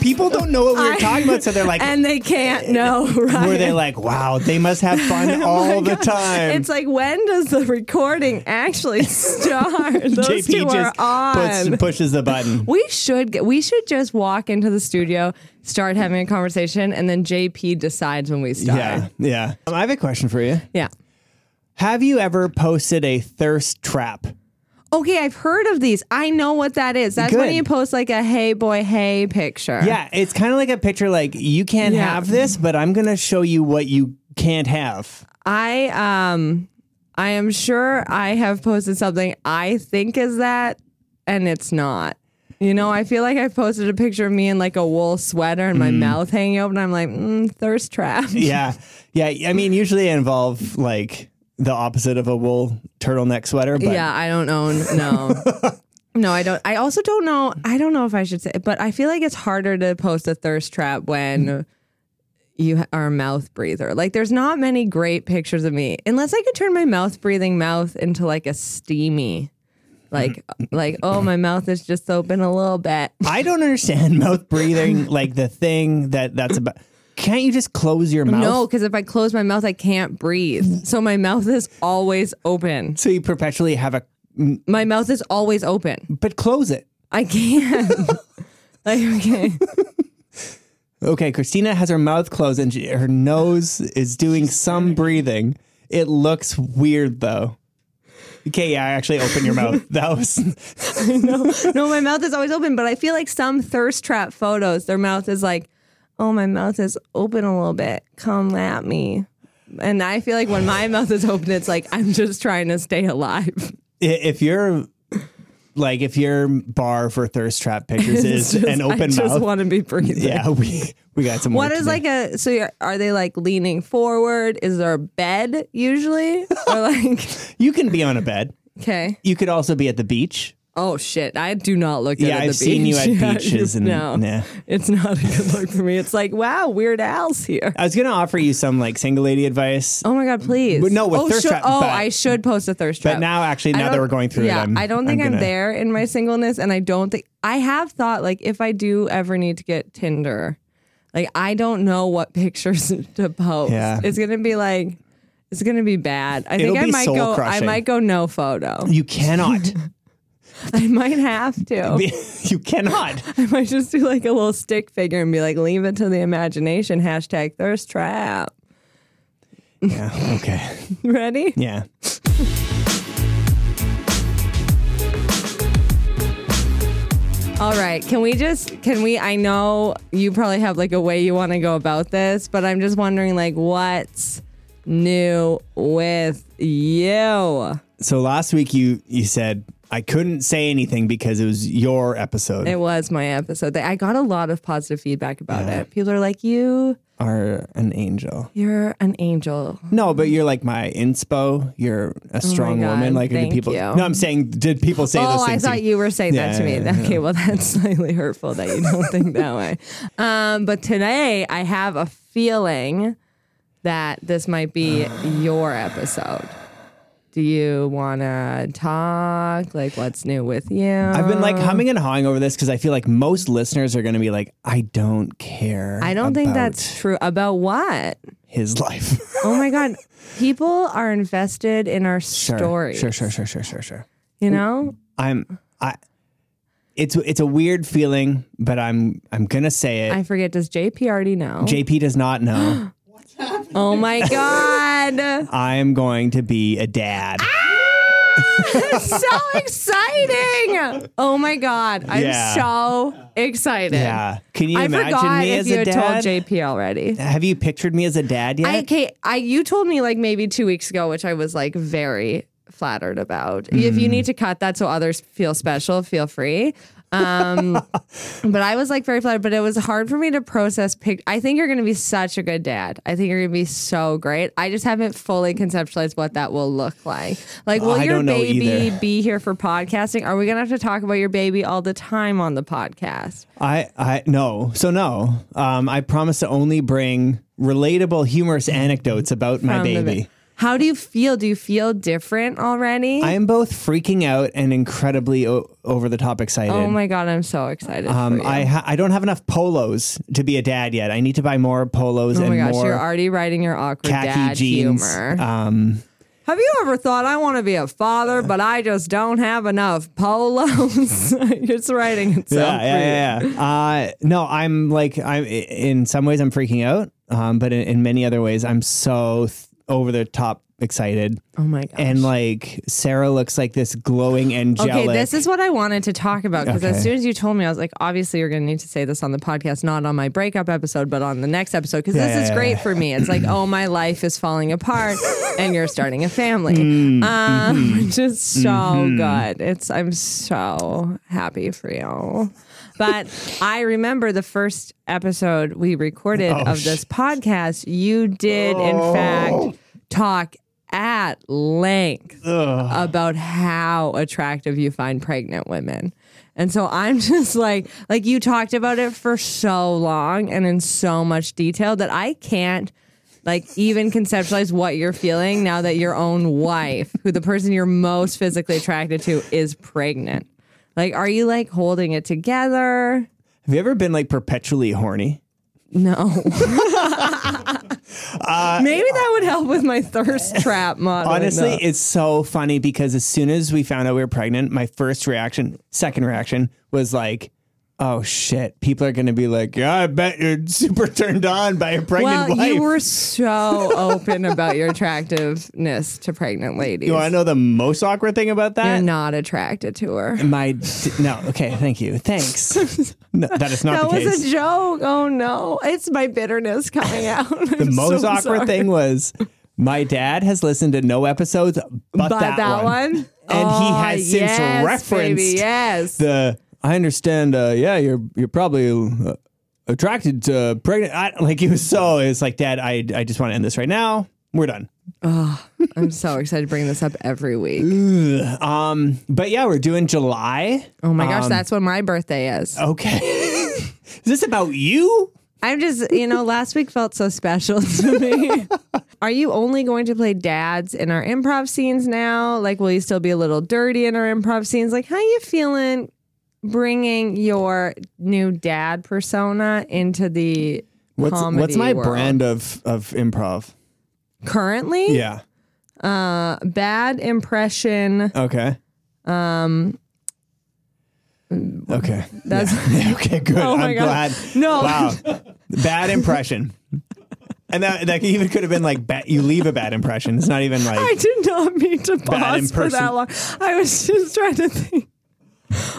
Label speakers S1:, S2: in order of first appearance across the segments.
S1: People don't know what we were talking about, so they're like,
S2: and they can't know, right?
S1: were they like, wow, they must have fun all the time?
S2: Oh It's like, when does the recording actually start? Those two
S1: JP
S2: are
S1: just
S2: on.
S1: puts, pushes the button.
S2: we should get, we should just walk into the studio, start having a conversation, and then JP decides when we start.
S1: Yeah, yeah. Um, I have a question for you.
S2: Yeah.
S1: Have you ever posted a thirst trap?
S2: Okay, I've heard of these. I know what that is. That's when
S1: Good.
S2: you post like a hey boy hey picture.
S1: Yeah, it's kind of like a picture like you can't
S2: Yeah.
S1: have this, but I'm going to show you what you can't have.
S2: I um I am sure I have posted something I think is that and it's not. You know, I feel like I posted a picture of me in like a wool sweater and my mouth hanging open. I'm like, mm, thirst trap.
S1: Yeah. Yeah, I mean usually I involve like the opposite of a wool turtleneck sweater, but
S2: Yeah, I don't own. No. No, I don't. I also don't know. I don't know if I should say, but I feel like it's harder to post a thirst trap
S1: Mm-hmm.
S2: when you ha- are a mouth breather. Like, there's not many great pictures of me, unless I could turn my mouth breathing mouth into like a steamy, like, like oh, my mouth is just open a little bit.
S1: I don't understand mouth breathing like the thing that that's about. Can't you just close your mouth?
S2: No, because if I close my mouth, I can't breathe. So my mouth is always open.
S1: So you perpetually have a
S2: My mouth is always open.
S1: but close it.
S2: I can't. like, okay.
S1: Okay, Christina has her mouth closed and she, her nose is doing some breathing. It looks weird though. Okay, yeah, actually open your mouth. That was
S2: No, my mouth is always open, but I feel like some thirst trap photos, their mouth is like, oh, my mouth is open a little bit. Come at me. And I feel like when my mouth is open, it's like, I'm just trying to stay alive.
S1: i- if you're like if your bar for thirst trap pictures is
S2: It's just-
S1: an
S2: I
S1: open
S2: just
S1: mouth.
S2: want to be breathing.
S1: yeah, we we got some.
S2: What
S1: work
S2: is
S1: to do.
S2: like a, so you're, are they like leaning forward? Is there a bed usually? or like,
S1: You can be on a bed.
S2: okay.
S1: You could also be at the beach.
S2: Oh shit! I do not look.
S1: Yeah,
S2: good at
S1: I've
S2: the
S1: seen you
S2: beach.
S1: at
S2: Yeah,
S1: beaches and-
S2: no,
S1: nah.
S2: it's not a good look for me. It's like wow, Weird Al's here.
S1: I was gonna offer you some like single lady advice,
S2: Oh my god, please.
S1: But no, with
S2: oh,
S1: thirst
S2: should-
S1: trap,
S2: Oh,
S1: but-
S2: I should post a thirst trap.
S1: but now actually
S2: I
S1: now that
S2: don't-
S1: we're going through
S2: yeah,
S1: it, I'm,
S2: I don't think I'm,
S1: gonna-
S2: there in my singleness, and I don't think I have thought like if I do ever need to get Tinder, like I don't know what pictures to post.
S1: Yeah.
S2: It's gonna be like, it's gonna be bad. I
S1: It'll
S2: think I
S1: be
S2: might go.
S1: soul-crushing.
S2: I might go no photo.
S1: You cannot.
S2: I might have to.
S1: you cannot.
S2: I might just do like a little stick figure and be like, leave it to the imagination. Hashtag thirst trap.
S1: Yeah. Okay.
S2: Ready?
S1: Yeah.
S2: All right. Can we just, can we, I know you probably have like a way you want to go about this, but I'm just wondering like what's new with you?
S1: So last week you you said I couldn't say anything because it was your episode.
S2: It was my episode. I got a lot of positive feedback about it. People are like, you,
S1: Are an angel.
S2: you're an angel.
S1: No, but you're like my inspo. You're a strong
S2: Oh God,
S1: woman. Like did
S2: thank
S1: people?
S2: you.
S1: No, I'm saying did people say
S2: oh,
S1: those
S2: I
S1: things?
S2: thought you were saying
S1: Yeah,
S2: that to me.
S1: yeah,
S2: okay, well, that's slightly hurtful that you don't think that way. Um, but today, I have a feeling that this might be your episode. Do you want to talk? Like, what's new with you?
S1: I've been
S2: Oh.
S1: like humming and hawing over this because I feel like most listeners are going to be like, I don't care.
S2: I don't think
S1: about
S2: that's true. About what?
S1: his life.
S2: Oh my God. People are invested in our
S1: Sure.
S2: stories.
S1: Sure, sure, sure, sure, sure, sure.
S2: You know?
S1: I'm I. It's it's a weird feeling, but I'm I'm gonna say it.
S2: I forget. Does JP already know?
S1: JP does not know.
S2: oh my God.
S1: I'm going to be a dad.
S2: Ah! so exciting! Oh my god, I'm
S1: Yeah.
S2: so excited.
S1: Yeah. Can you
S2: I
S1: imagine
S2: forgot
S1: me
S2: if
S1: as
S2: you
S1: a
S2: had told
S1: dad?
S2: JP already.
S1: Have you pictured me as a dad yet?
S2: I, okay, I you told me like maybe two weeks ago, which I was like very flattered about. If you need to cut that so others feel special, feel free. Um, but I was like very flattered, but it was hard for me to process. Pic- I think you're going to be such a good dad. I think you're going to be so great. I just haven't fully conceptualized what that will look like. Like, will
S1: I
S2: your
S1: don't know
S2: baby
S1: either.
S2: be here for podcasting? Are we going to have to talk about your baby all the time on the podcast?
S1: I, I no. So no. Um, I promise to only bring relatable, humorous anecdotes about my
S2: From the
S1: baby.
S2: ba- How do you feel? Do you feel different already?
S1: I am both freaking out and incredibly o- over the top excited.
S2: oh my god, I'm so excited.
S1: um,
S2: for you.
S1: I ha- I don't have enough polos to be a dad yet. I need to buy more polos
S2: oh
S1: and
S2: my gosh,
S1: more
S2: you're already writing your awkward
S1: khaki
S2: dad
S1: jeans.
S2: humor.
S1: Um,
S2: Have you ever thought I want to be a father, but I just don't have enough polos? it's writing itself.
S1: yeah,
S2: for you.
S1: yeah, yeah, yeah. Uh, no, I'm like I'm in some ways I'm freaking out, um, but in, in many other ways I'm so th- over the top excited.
S2: Oh my gosh.
S1: And like Sarah looks like this glowing angelic.
S2: Okay, this is what I wanted to talk about because
S1: Okay.
S2: as soon as you told me, I was like, obviously, you're going to need to say this on the podcast, not on my breakup episode, but on the next episode because this
S1: yeah,
S2: is
S1: yeah,
S2: great for me. It's like, oh, my life is falling apart, and you're starting a family,
S1: Mm, mm-hmm.
S2: um, which is so good. It's I'm so happy for you. But I remember the first episode we recorded
S1: Oh,
S2: of this podcast. You did, in
S1: Oh.
S2: fact, talk at length
S1: Ugh.
S2: about how attractive you find pregnant women. And so I'm just like, like you talked about it for so long and in so much detail that I can't like even conceptualize what you're feeling now that your own wife, who the person you're most physically attracted to is pregnant. Like, are you like holding it together?
S1: Have you ever been like perpetually horny?
S2: No. Maybe that would help with my thirst trap model.
S1: Honestly, it's so funny because as soon as we found out we were pregnant, my first reaction, second reaction was like, oh shit, people are going to be like, yeah, I bet you're super turned on by a pregnant
S2: Well,
S1: wife.
S2: you were so open about your attractiveness to pregnant ladies.
S1: you want to know the most awkward thing about
S2: You're
S1: that?
S2: not attracted to her.
S1: my d- no, okay, thank you, thanks. No, that is
S2: That
S1: not the
S2: was
S1: case.
S2: a joke. Oh no, it's my bitterness coming out.
S1: the most awkward thing was my dad has listened to no episodes but,
S2: But that, one,
S1: And he has
S2: Oh,
S1: since
S2: yes,
S1: referenced
S2: baby, yes.
S1: the I understand. Uh, yeah, you're you're probably uh, attracted to pregnant. I, like he was so. It was like, Dad, I I just want to end this right now. We're done.
S2: I'm so excited to bring this up every week.
S1: Ugh. Um, but yeah, we're doing July.
S2: Oh my
S1: Um,
S2: gosh, that's when my birthday is.
S1: Okay, is this about you?
S2: I'm just, you know, last week felt so special to me. Are you only going to play dads in our improv scenes now? Like, will you still be a little dirty in our improv scenes? Like, how you feeling bringing your new dad persona into the
S1: What's
S2: comedy
S1: what's my
S2: world?
S1: brand of of improv?
S2: currently?
S1: Yeah.
S2: Uh, bad impression.
S1: Okay. Um. Okay.
S2: That's
S1: Yeah, okay, good.
S2: Oh my
S1: I'm
S2: God.
S1: glad.
S2: No.
S1: Wow. bad impression. And that, that even could have been like, ba- you leave a bad impression. It's not even like,
S2: I did not mean to
S1: Bad
S2: pause for that
S1: imperson-
S2: long. I was just trying to think.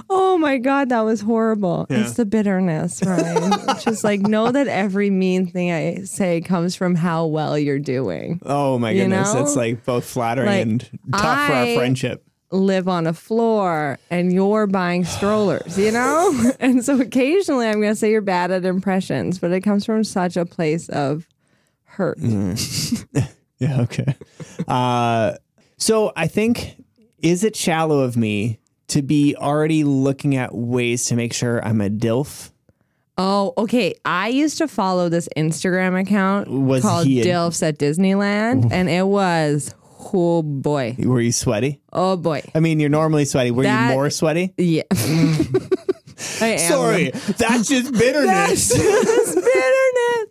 S2: Oh my God, that was horrible.
S1: Yeah.
S2: It's the bitterness, right? just like know that every mean thing I say comes from how well you're doing.
S1: oh my
S2: You
S1: goodness.
S2: know?
S1: It's like both flattering
S2: Like,
S1: and tough for
S2: I-
S1: our friendship.
S2: Live on a floor and you're buying strollers, you know? and so occasionally I'm going to say you're bad at impressions, but it comes from such a place of hurt.
S1: Yeah, okay. Uh, so I think, is it shallow of me to be already looking at ways to make sure I'm a DILF?
S2: Oh, okay. I used to follow this Instagram account
S1: Was
S2: called
S1: he a-
S2: Dilfs at Disneyland, and it was oh boy,
S1: Were you sweaty?
S2: oh boy,
S1: I mean, you're normally sweaty. Were
S2: That-
S1: you more sweaty?
S2: yeah. I am.
S1: Mm. Sorry, that's just bitterness.
S2: It's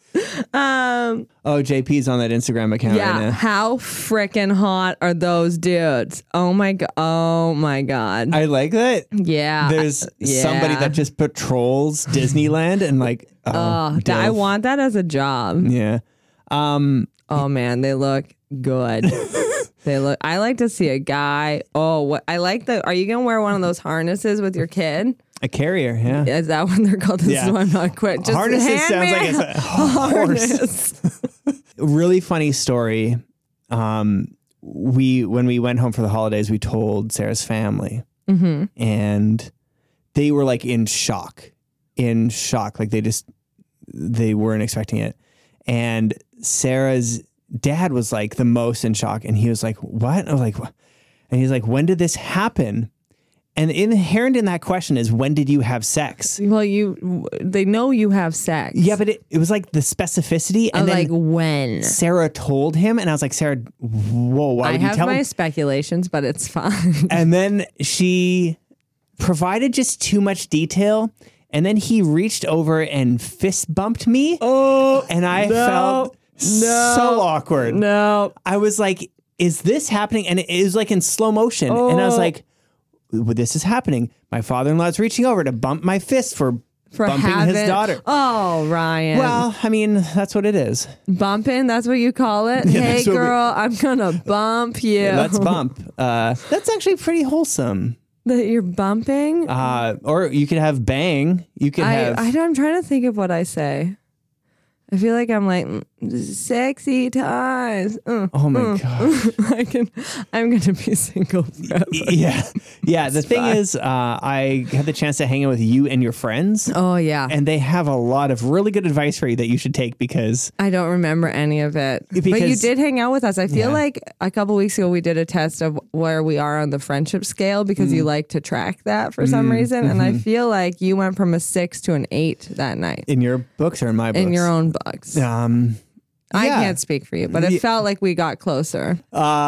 S2: bitterness. Um,
S1: oh, JP's on that Instagram account right
S2: yeah.
S1: now.
S2: How freaking hot are those dudes? Oh my god. Oh my god.
S1: I like that.
S2: yeah.
S1: There's
S2: uh, yeah.
S1: somebody that just patrols Disneyland and like, oh,
S2: Oh, th- I
S1: dilf.
S2: want that as a job.
S1: Yeah. Um.
S2: Oh man, they look good. they look. I like to see a guy. Oh, what I like the. Are you gonna wear one of those harnesses with your kid?
S1: A carrier. Yeah.
S2: Is that what they're called? This is
S1: Yeah.
S2: why I'm not quit. Just
S1: Harnesses
S2: hand
S1: sounds
S2: me
S1: like it's
S2: a
S1: a horse.
S2: harness.
S1: Really funny story. Um. We when we went home for the holidays, we told Sarah's family, and they were like in shock, in shock. Like they just they weren't expecting it. And Sarah's dad was like the most in shock. And he was like, What? I was like, "What?" And he's like, When did this happen? And inherent in that question is when did you have sex?
S2: Well, you they know you have sex.
S1: Yeah, but it, it was like the specificity. And
S2: But
S1: then
S2: Oh, like when?
S1: Sarah told him, and I was like, Sarah, whoa, why
S2: I
S1: would you
S2: have
S1: tell
S2: my
S1: me?
S2: speculations, but it's fine.
S1: And then she provided just too much detail. And then he reached over and fist bumped me.
S2: Oh,
S1: and I
S2: no,
S1: felt so
S2: no,
S1: awkward.
S2: no.
S1: I was like, is this happening? And it was like in slow motion. And I was
S2: Oh.
S1: like, "Well, this is happening. My father in law is reaching over to bump my fist for,
S2: For
S1: bumping
S2: having,
S1: his daughter.
S2: Oh, Ryan.
S1: Well, I mean, that's what it is.
S2: bumping, that's what you call it. hey,
S1: that's what we-
S2: girl, I'm gonna bump you.
S1: Let's bump. Uh, that's actually pretty wholesome.
S2: that you're bumping.
S1: Uh, or you could have bang. You could
S2: I,
S1: have.
S2: I don't- I'm trying to think of what I say. I feel like I'm like mm, sexy times. Mm,
S1: oh my god.
S2: mm. I can. I'm gonna be single. forever.
S1: Yeah, yeah. The thing is, uh, I had the chance to hang out with you and your friends,
S2: Oh yeah.
S1: and they have a lot of really good advice for you that you should take because
S2: I don't remember any of it. but you
S1: Because-
S2: did hang out with us. I
S1: Yeah.
S2: feel like a couple weeks ago we did a test of where we are on the friendship scale because you like to track that for some reason. And I feel like you went from a six to an eight that night
S1: in your books or in my books,
S2: in your own books.
S1: um,
S2: I
S1: yeah.
S2: can't speak for you, but it
S1: Yeah.
S2: felt like we got closer.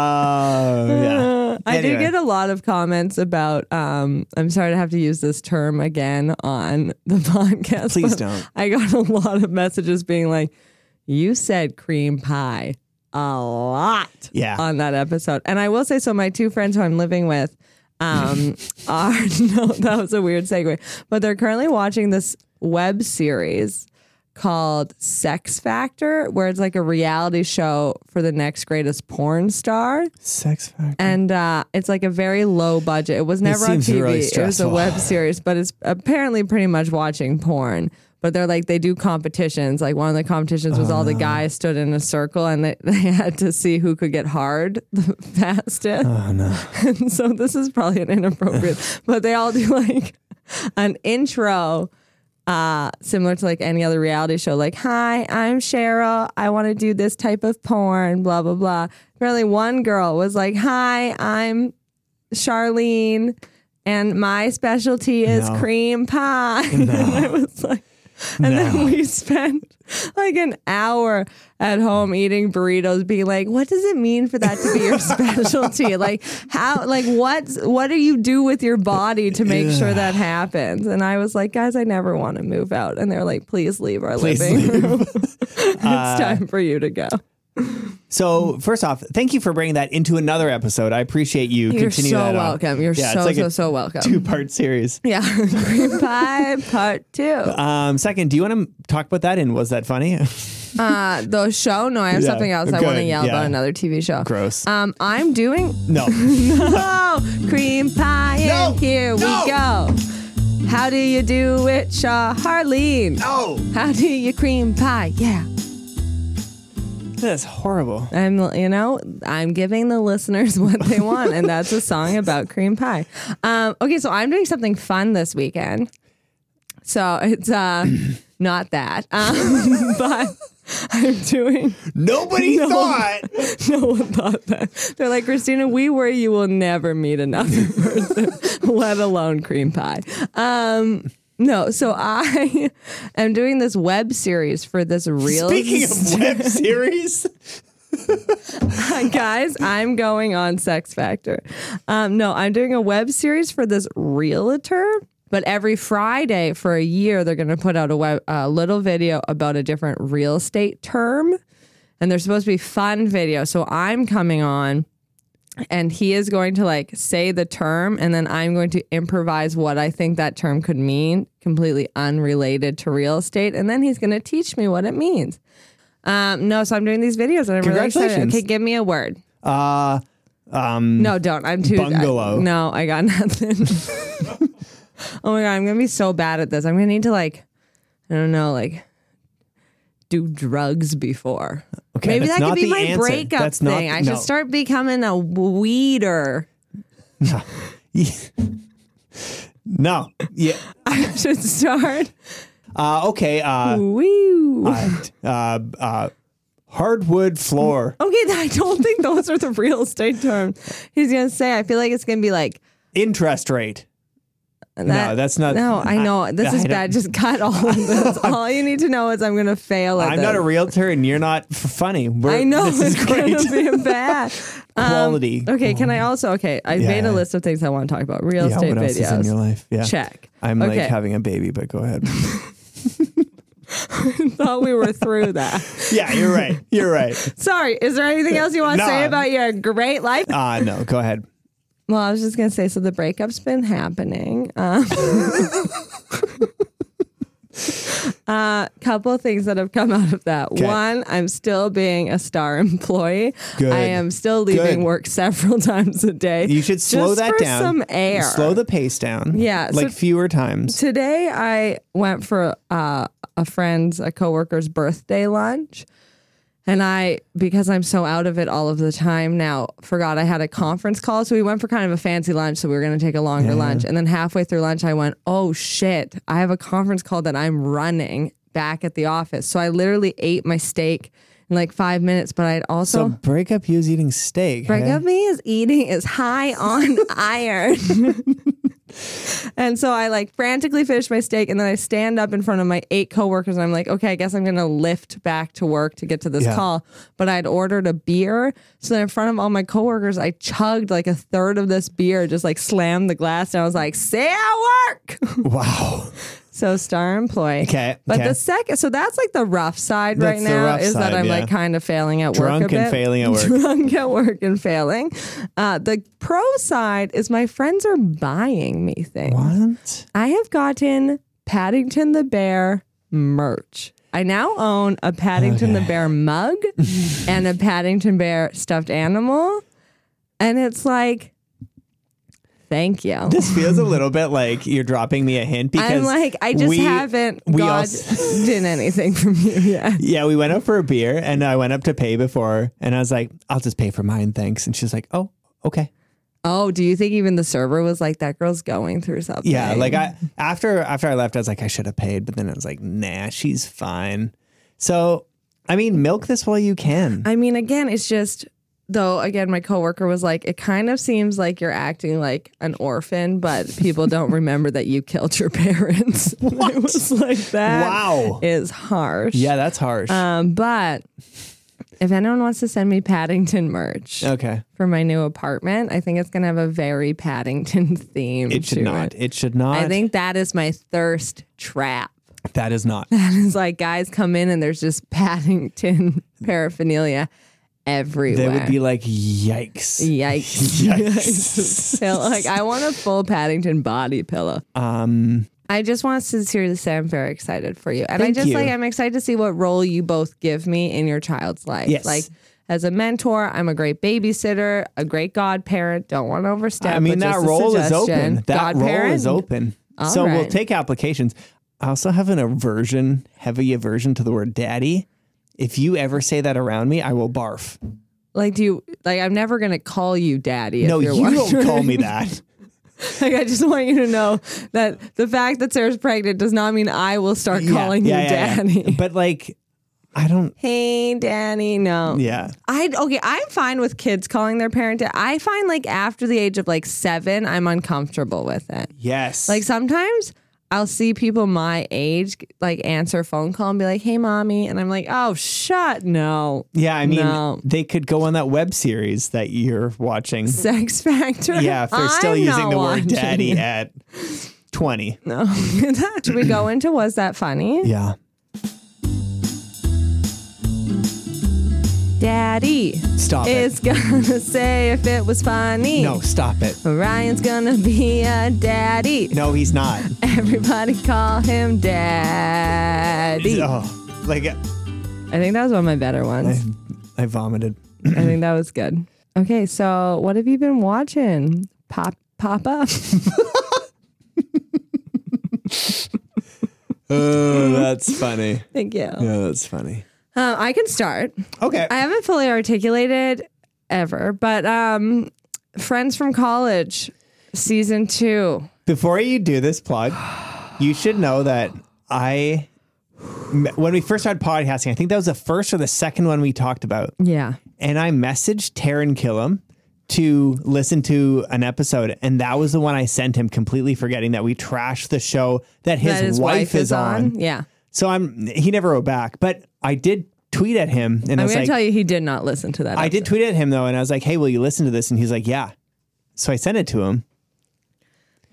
S1: Uh, yeah.
S2: I do
S1: Anyway.
S2: get a lot of comments about. Um, I'm sorry to have to use this term again on the podcast.
S1: Please
S2: but
S1: don't.
S2: I got a lot of messages being like, "You said cream pie a lot
S1: Yeah.
S2: on that episode," and I will say so. My two friends who I'm living with um, are no, that was a weird segue, but they're currently watching this web series called Sex Factor, where it's like a reality show for the next greatest porn star
S1: Sex factor.
S2: and uh, it's like a very low budget. It was never on
S1: seems
S2: TV.
S1: really
S2: it was a
S1: stressful.
S2: web series, but it's apparently pretty much watching porn. But they're like they do competitions. Like one of the competitions was
S1: Uh-huh.
S2: all the guys stood in a circle and they, they had to see who could get hard the fastest.
S1: Oh no.
S2: And so this is probably an inappropriate, but they all do like an intro. Uh, similar to like any other reality show, like, hi, I'm Cheryl. I want to do this type of porn, blah, blah, blah. Apparently, one girl was like, hi, I'm Charlene, and my specialty is
S1: No.
S2: cream pie. and I was like, and then
S1: No.
S2: we spent like an hour at home eating burritos, being like, "What does it mean for that to be your specialty? like, how? Like, what's what do you do with your body to make sure that happens?" And I was like, "Guys, I never want to move out." And they're like, "Please leave our
S1: Please Uh,
S2: living room. it's time for you to go."
S1: So first off, thank you for bringing that into another episode. I appreciate you.
S2: You're
S1: continuing
S2: so
S1: that on.
S2: welcome. You're
S1: Yeah, it's
S2: so
S1: like
S2: so
S1: a
S2: so welcome.
S1: Two-part series.
S2: yeah, Green Pie Part Two.
S1: Um, second, do you want to talk about that? And was that funny?
S2: Uh, the show? No, I have
S1: Yeah,
S2: something else I want to
S1: good,
S2: yell about
S1: yeah.
S2: another TV show.
S1: Gross.
S2: Um, I'm doing
S1: no.
S2: Oh, cream pie,
S1: No.
S2: and here
S1: No.
S2: we go. How do you do it, Shaw Harleen?
S1: Oh,
S2: How do you cream pie? Yeah.
S1: that's horrible.
S2: I'm, you know, I'm giving the listeners what they want, and that's a song about cream pie. Um, okay, so I'm doing something fun this weekend. So it's uh, not that, um, but I'm doing.
S1: Nobody thought.
S2: No one thought that. They're like, Christina, we worry you will never meet another person, let alone cream pie. Um, no, so I am doing this web series for this real.
S1: Speaking of web series,
S2: guys, I'm going on Sex Factor. Um, no, I'm doing a web series for this realtor. But every Friday for a year, they're going to put out a, web, a little video about a different real estate term. And they're supposed to be fun videos. So I'm coming on and he is going to like say the term and then I'm going to improvise what I think that term could mean, completely unrelated to real estate. And then he's going to teach me what it means. Um, no, so I'm doing these videos and I'm really excited.
S1: Congratulations.
S2: Okay, give me a word.
S1: uh,
S2: No, don't. I'm too
S1: Bungalow.
S2: I- no, I got nothing. oh my god, I'm gonna be so bad at this. I'm gonna need to like, I don't know, like do drugs before.
S1: Okay,
S2: Maybe
S1: that's
S2: that could
S1: not
S2: be
S1: the
S2: my
S1: answer.
S2: breakup
S1: That's not-
S2: thing. I
S1: no.
S2: should start becoming a weeder.
S1: no. Yeah.
S2: I should start.
S1: Uh, okay. Uh,
S2: Woo.
S1: uh, uh, hardwood floor.
S2: okay, I don't think those are the real estate terms. He's gonna say. I feel like it's gonna be like
S1: Interest rate.
S2: That-
S1: no, that's not.
S2: No, I know this
S1: I
S2: is
S1: don't-
S2: bad. Just cut all of this. all you need to know is I'm gonna fail at
S1: I'm
S2: this.
S1: not a realtor, and you're not f- funny. We're,
S2: I know
S1: this is
S2: it's
S1: great.
S2: gonna be bad. Um,
S1: Quality.
S2: okay, can I also? Okay, I
S1: Yeah,
S2: made
S1: yeah.
S2: a list of things I want to talk about. Real
S1: yeah,
S2: estate
S1: what else is in your
S2: videos.
S1: life? Yeah,
S2: Check.
S1: I'm like
S2: Okay.
S1: having a baby, but go ahead.
S2: Thought we were through that.
S1: yeah, you're right. You're right.
S2: Sorry. Is there anything else you want to say
S1: Nah.
S2: about your great life?
S1: Ah, no, go ahead.
S2: Uh, Well, I was just gonna say. So the breakup's been happening. Um, uh, couple things that have come out of that.
S1: Okay.
S2: One, I'm still being a star employee.
S1: Good.
S2: I am still leaving
S1: Good.
S2: work several times a day.
S1: You should slow
S2: just
S1: that
S2: for
S1: down.
S2: Some air.
S1: Slow the pace down.
S2: Yeah, so-
S1: like fewer times.
S2: Today I went for uh, a friend's, a coworker's birthday lunch. And I, because I'm so out of it all of the time now, forgot I had a conference call. So we went for kind of a fancy lunch. So we were going to take a longer lunch. And then halfway through lunch, I went, oh shit, I have a conference call that I'm running back at the office. So I literally ate my steak in like five minutes, but I'd
S1: So
S2: also.
S1: break up you is eating steak.
S2: Break
S1: hey?
S2: up me is eating is high on iron. and so I like frantically finish my steak and then I stand up in front of my eight coworkers and I'm like, okay, I guess I'm gonna lift back to work to get to this
S1: Yeah.
S2: call. But I'd ordered a beer. So then in front of all my coworkers, I chugged like a third of this beer, just like slammed the glass and I was like, say I work.
S1: Wow.
S2: so star employee.
S1: Okay,
S2: But
S1: okay.
S2: the second so that's like the rough side
S1: That's
S2: right
S1: the
S2: now
S1: rough
S2: is that
S1: side,
S2: I'm
S1: yeah.
S2: like kind of failing at work. a
S1: Drunk and
S2: bit.
S1: failing at work.
S2: Drunk at work and failing. Uh, the pro side is my friends are buying me things.
S1: What?
S2: I have gotten Paddington the Bear merch. I now own a Paddington the
S1: Okay.
S2: Bear mug and a Paddington Bear stuffed animal. And it's like, thank you.
S1: This feels a little bit like you're dropping me a hint because
S2: I'm like, I just
S1: we-
S2: haven't
S1: we
S2: God
S1: also-
S2: did anything from you yet.
S1: Yeah, we went up for a beer and I went up to pay before and I was like, I'll just pay for mine, thanks. And she's like, Oh, okay.
S2: Oh, do you think even the server was like, that girl's going through something?
S1: Yeah, like I after after I left, I was like, I should have paid, but then I was like, nah, she's fine. So I mean, milk this while you can.
S2: I mean, again, it's just though. Again, my coworker was like, "It kind of seems like you're acting like an orphan, but people don't remember that you killed your parents." And I was like, "That
S1: Wow.
S2: is harsh."
S1: yeah, that's harsh.
S2: Um, but if anyone wants to send me Paddington merch
S1: okay.
S2: for my new apartment, I think it's gonna have a very Paddington theme.
S1: It should
S2: to
S1: not.
S2: It.
S1: It should not.
S2: I think that is my thirst trap.
S1: that is not.
S2: It's like guys come in and there's just Paddington paraphernalia everywhere.
S1: They would be like, yikes.
S2: Yikes.
S1: Yikes.
S2: Pill- Like I want a full Paddington body pillow.
S1: um
S2: I just want to sincerely say I'm very excited for you. And I
S1: Thank
S2: just
S1: you.
S2: like I'm excited to see what role you both give me in your child's life.
S1: Yes.
S2: Like as a mentor, I'm a great babysitter, a great godparent. Don't want to overstep.
S1: I mean,
S2: but
S1: that
S2: just a
S1: role is
S2: suggestion.
S1: open. That role
S2: Godparent?
S1: is open. so we'll
S2: right.
S1: take applications. I also have an aversion, heavy aversion to the word daddy. If you ever say that around me, I will barf.
S2: Like, do you like? I'm never gonna call you daddy.
S1: no,
S2: if you're
S1: you don't
S2: wondering.
S1: call me that.
S2: Like, I just want you to know that the fact that Sarah's pregnant does not mean I will start calling you daddy.
S1: But like, I don't.
S2: Hey, Danny. No.
S1: Yeah.
S2: I okay. I'm fine with kids calling their parent. da- I find like after the age of like seven, I'm uncomfortable with it.
S1: Yes.
S2: Like sometimes I'll see people my age like answer a phone call and be like, "Hey, mommy," and I'm like, "Oh, shut no."
S1: yeah. I mean,
S2: No.
S1: they could go on that web series that you're watching.
S2: Sex factor.
S1: Yeah, if they're still
S2: I'm
S1: using
S2: not
S1: the word
S2: watching
S1: daddy
S2: it.
S1: at twenty.
S2: No. Should we go into was that funny?
S1: Yeah.
S2: Daddy
S1: Stop
S2: is gonna say if it was funny.
S1: it. No, stop it.
S2: Ryan's gonna be a daddy.
S1: No, he's not.
S2: Everybody call him Daddy.
S1: Oh, like
S2: I think that was one of my better ones.
S1: I vomited.
S2: I think that was good. Okay, so what have you been watching? Pop Papa?
S1: Oh, that's funny.
S2: Thank you.
S1: Yeah, that's funny.
S2: Um, I can start.
S1: Okay.
S2: I haven't fully articulated ever, but um, Friends from College, season two.
S1: Before you do this plug, you should know that I, m- when we first started podcasting, I think that was the first or the second one we talked about,
S2: Yeah.
S1: and I messaged Taryn Killam to listen to an episode, and that was the one I sent him, completely forgetting that we trashed the show that his,
S2: that his
S1: wife, is, on.
S2: Yeah.
S1: So I'm he never wrote back, but I did tweet at him, and I
S2: I'm
S1: was
S2: going
S1: like,
S2: to tell you, he did not listen to that.
S1: I did tweet at him though, and I was like, "Hey, will you listen to this?" And he's like, "Yeah." So I sent it to him.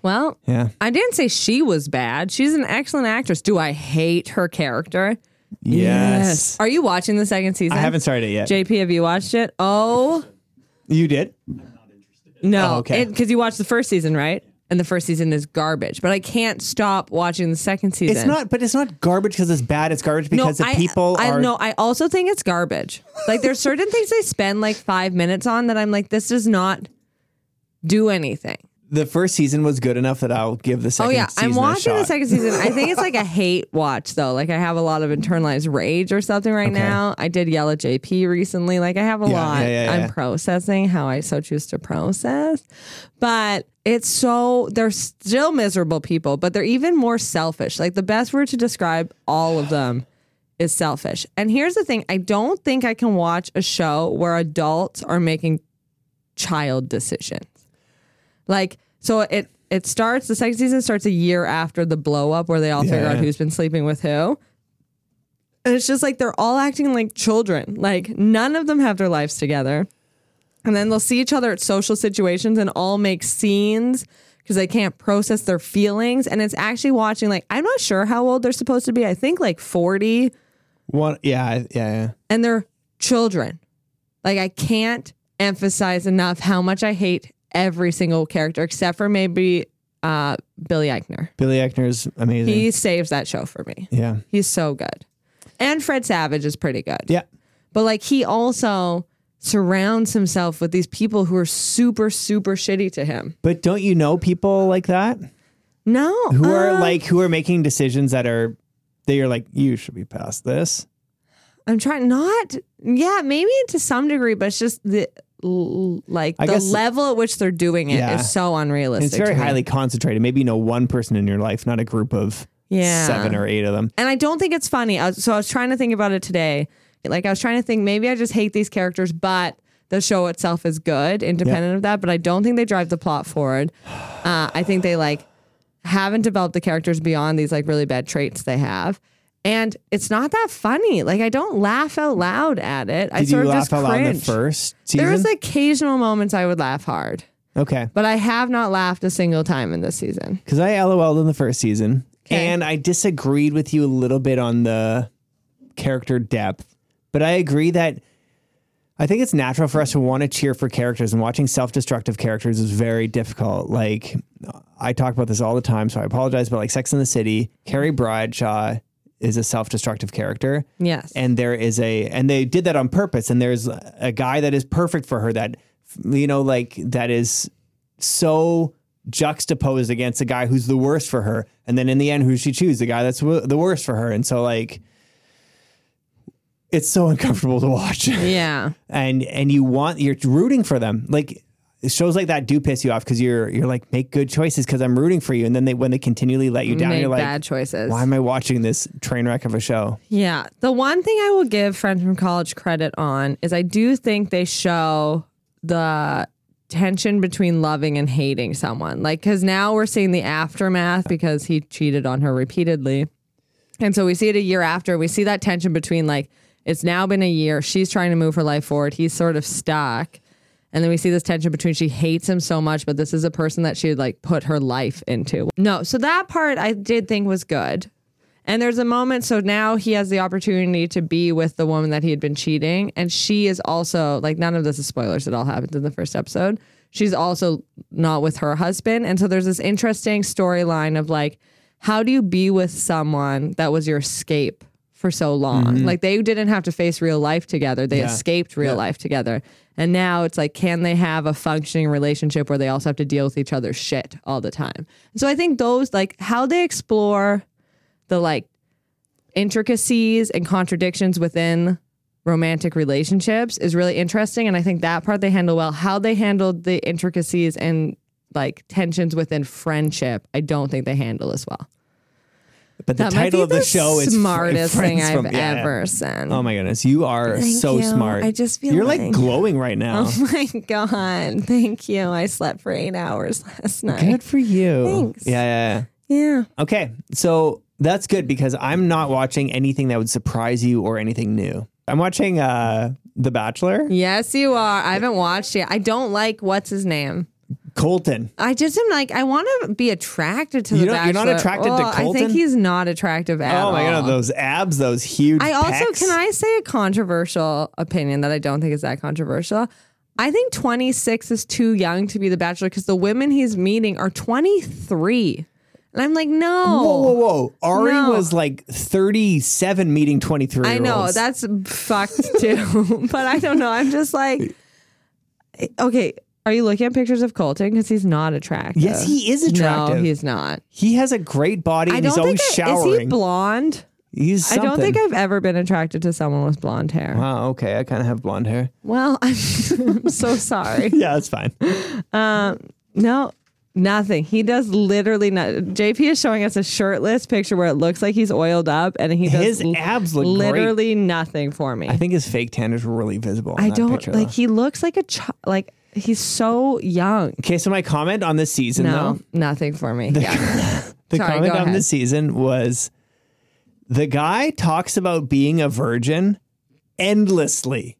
S2: Well,
S1: Yeah,
S2: I didn't say she was bad. She's an excellent actress. Do I hate her character?
S1: Yes.
S2: Are you watching the second season?
S1: I haven't started it yet.
S2: JP, have you watched it? Oh
S1: you did?
S2: no,
S1: Oh, okay.
S2: Because you watched the first season, right? And the first season is garbage. But I can't stop watching the second season.
S1: It's not, but it's not garbage because it's bad. It's garbage because the
S2: I,
S1: people
S2: I,
S1: are.
S2: no, I also think it's garbage. Like there's certain things they spend like five minutes on that I'm like, this does not do anything.
S1: The first season was good enough that I'll give the
S2: Oh
S1: second.
S2: yeah,
S1: season
S2: I'm
S1: a
S2: watching the
S1: shot.
S2: second season. I think it's like a hate watch though. Like I have a lot of internalized rage or something right now. I did yell at JP recently. Like I have a
S1: Yeah,
S2: lot.
S1: yeah, yeah, yeah.
S2: I'm processing how I so choose to process. But it's so they're still miserable people, but they're even more selfish. Like the best word to describe all of them is selfish. And here's the thing, I don't think I can watch a show where adults are making child decisions. Like so it it starts the second season starts a year after the blow up where they all figure out
S1: Yeah.
S2: who's been sleeping with who. And it's just like they're all acting like children. Like none of them have their lives together. And then they'll see each other at social situations and all make scenes because they can't process their feelings. And it's actually watching like I'm not sure how old they're supposed to be. I think like 40
S1: One, yeah, I- yeah, yeah.
S2: and they're children. Like I can't emphasize enough how much I hate every single character except for maybe uh, Billy Eichner.
S1: Billy Eichner's amazing.
S2: He saves that show for me.
S1: yeah,
S2: He's so good. And Fred Savage is pretty good.
S1: yeah.
S2: But like he also surrounds himself with these people who are super super shitty to him.
S1: But don't you know people like that
S2: No.
S1: who are
S2: uh,
S1: like who are making decisions that are that you're like you should be past this.
S2: I'm trying not yeah, maybe to some degree but it's just the l- like
S1: I
S2: the
S1: guess-
S2: level at which they're doing it is
S1: Yeah.
S2: so unrealistic.
S1: It's very
S2: to me.
S1: highly concentrated. Maybe you know one person in your life, not a group of
S2: Yeah.
S1: seven or eight of them.
S2: And I don't think it's funny. I was, so I was trying to think about it today. Like I was trying to think, maybe I just hate these characters, but the show itself is good, independent of that. But I don't think they drive the plot forward. Uh, I think they like haven't developed the characters beyond these like really bad traits they have. And it's not that funny. Like I don't laugh out loud at it. I
S1: Did
S2: sort
S1: you
S2: of
S1: laugh
S2: just
S1: out loud in the
S2: cringe.
S1: first season?
S2: There was occasional moments I would laugh hard,
S1: okay,
S2: but I have not laughed a single time in this season.
S1: because I LOL'd in the first season,
S2: 'Kay.
S1: and I disagreed with you a little bit on the character depth, but I agree that I think it's natural for us to want to cheer for characters, and watching self-destructive characters is very difficult. Like I talk about this all the time, so I apologize, but like Sex in the City, Carrie Bradshaw is a self-destructive character.
S2: Yes.
S1: and there is a and they did that on purpose and there's a guy that is perfect for her that you know like that is so juxtaposed against a guy who's the worst for her and then in the end who she choose the guy that's w- the worst for her and so like it's so uncomfortable to watch
S2: yeah.
S1: and and you want you're rooting for them like shows like that do piss you off because you're you're like make good choices because i'm rooting for you and then they when they continually let you down
S2: Make
S1: you're like
S2: bad choices.
S1: why am i watching this train wreck of a show
S2: Yeah. The one thing I will give Friends from College credit on is I do think they show the tension between loving and hating someone. Like, because now we're seeing the aftermath because he cheated on her repeatedly. And so we see it a year after. We see that tension between, like, it's now been a year. She's trying to move her life forward. He's sort of stuck. And then we see this tension between she hates him so much, but this is a person that she had like put her life into. No, so that part I did think was good. And there's a moment, so now he has the opportunity to be with the woman that he had been cheating. And she is also, like, none of this is spoilers. It all happens in the first episode. She's also not with her husband. And so there's this interesting storyline of, like, how do you be with someone that was your escape for so long? Like, they didn't have to face real life together, they escaped real life together. And now it's like, can they have a functioning relationship where they also have to deal with each other's shit all the time? So I think those, like, how they explore the like intricacies and contradictions within romantic relationships is really interesting and i think that part they handle well how they handled the intricacies and like tensions within friendship i don't think they handle as well
S1: But the
S2: That might
S1: title
S2: be
S1: of the, show is Fr-
S2: smartest thing
S1: Friends
S2: I've
S1: from- yeah.
S2: ever sent.
S1: Oh my goodness, you are
S2: Thank
S1: so
S2: you.
S1: smart.
S2: I just feel
S1: you're like,
S2: like-
S1: glowing right now.
S2: Oh my god! Thank you. I slept for eight hours last night.
S1: Good for you.
S2: Thanks.
S1: Yeah, yeah, yeah.
S2: Yeah.
S1: Okay, so that's good because I'm not watching anything that would surprise you or anything new. I'm watching uh The Bachelor.
S2: Yes, you are. I haven't watched it. I don't like what's his name.
S1: Colton.
S2: I just am like I want to be attracted to
S1: You
S2: the
S1: don't- you're not
S2: Bachelor.
S1: attracted to
S2: Well, I
S1: Colton?
S2: think he's not attractive at
S1: oh my
S2: all.
S1: god, those abs, those huge.
S2: I also
S1: pecs.
S2: can I say a controversial opinion that I don't think is that controversial. I think 26 is too young to be the bachelor because the women he's meeting are 23. And I'm like, no.
S1: Whoa, whoa, whoa! Ari
S2: No.
S1: was like 37, meeting 23.
S2: I know that's fucked too, but I don't know. I'm just like, okay, are you looking at pictures of Colton because he's not attractive?
S1: Yes, he is attractive.
S2: No, he's not.
S1: He has a great body.
S2: I
S1: and
S2: don't
S1: he's always
S2: think I-
S1: showering.
S2: is he blonde?
S1: he's something.
S2: I don't think I've ever been attracted to someone with blonde hair.
S1: Wow. Okay. I kind of have blonde hair.
S2: Well, I'm, I'm so sorry.
S1: Yeah, that's fine.
S2: No, nothing. He does literally not. JP is showing us a shirtless picture where it looks like he's oiled up, and he does
S1: His
S2: l-
S1: abs look great.
S2: literally nothing for me.
S1: I think his fake tan is really visible. In
S2: I
S1: that
S2: don't
S1: picture,
S2: like.
S1: though.
S2: He looks like a child. Like he's so young.
S1: Okay, so my comment on this season,
S2: No,
S1: though,
S2: nothing for me. yeah.
S1: the
S2: Sorry,
S1: comment
S2: go
S1: on
S2: ahead.
S1: this season was the guy talks about being a virgin endlessly.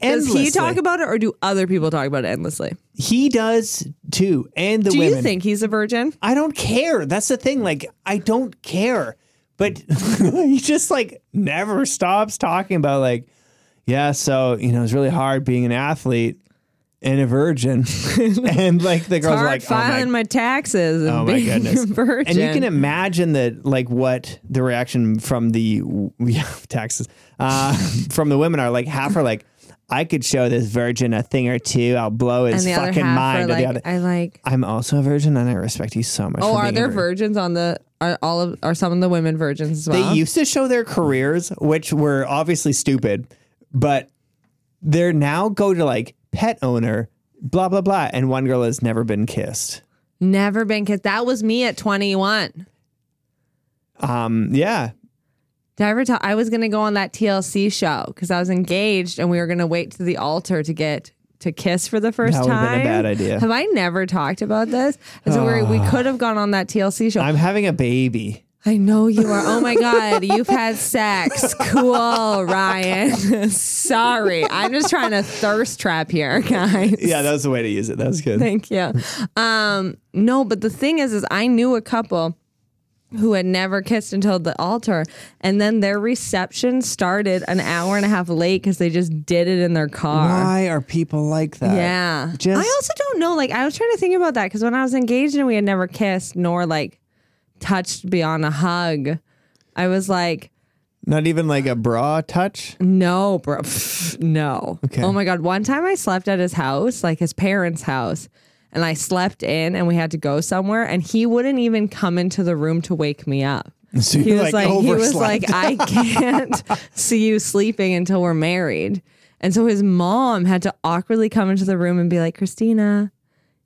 S2: Does
S1: Endlessly.
S2: he talk about it, or do other people talk about it endlessly?
S1: He does too, and the
S2: Do
S1: women.
S2: you think he's a virgin?
S1: I don't care. That's the thing. Like, I don't care. But he just like never stops talking about like, yeah, so you know, it's really hard being an athlete and a virgin. and like the
S2: It's
S1: girl's
S2: hard
S1: like, oh my,
S2: filing my, taxes and
S1: oh my
S2: being
S1: goodness.
S2: a virgin.
S1: And you can imagine that like what the reaction from the yeah, taxes uh, from the women are like half are like, I could show this virgin a thing or two. I'll blow
S2: and
S1: his
S2: the other
S1: fucking
S2: half
S1: mind.
S2: are
S1: And the
S2: like,
S1: other-
S2: I like.
S1: I'm also a virgin and I respect you so much.
S2: Oh,
S1: for
S2: are
S1: being a
S2: there
S1: virgin.
S2: virgins on the? Are all of? Are some of the women virgins as well?
S1: They used to show their careers, which were obviously stupid, but they're now go to like pet owner, blah blah blah, and one girl has never been kissed.
S2: Never been kissed. That was me at 21.
S1: Um, yeah,
S2: Did I ever tell? I was gonna go on that TLC show because I was engaged and we were gonna wait to the altar to get to kiss for the first
S1: That would've
S2: time.
S1: been a bad idea. Ah.
S2: Have I never talked about this? And so we we could have gone on that TLC show. i
S1: I'm having a baby.
S2: know you are. Oh my god, you've had sex. Cool, Ryan. Sorry, I'm just trying to thirst trap here, guys.
S1: Yeah, that was the way to use it. That was good.
S2: Thank you. Um, no, but the thing is, is I knew a couple who had never kissed until the altar, and then their reception started an hour and a half late because they just did it in their car.
S1: Why are people like that?
S2: Yeah.
S1: Just-
S2: I also don't know. Like, I was trying to think about that because when I was engaged and we had never kissed nor like touched beyond a hug, I was like,
S1: Not even like a bra touch.
S2: no, bro. Pff, no.
S1: Okay.
S2: Oh my God. One time I slept at his house, like his parents' house, and I slept in and we had to go somewhere, and he wouldn't even come into the room to wake me up.
S1: So
S2: He
S1: you
S2: was
S1: like,
S2: like, he was
S1: overslept.
S2: like, I can't see you sleeping until we're married. And so his mom had to awkwardly come into the room and be like, Christina,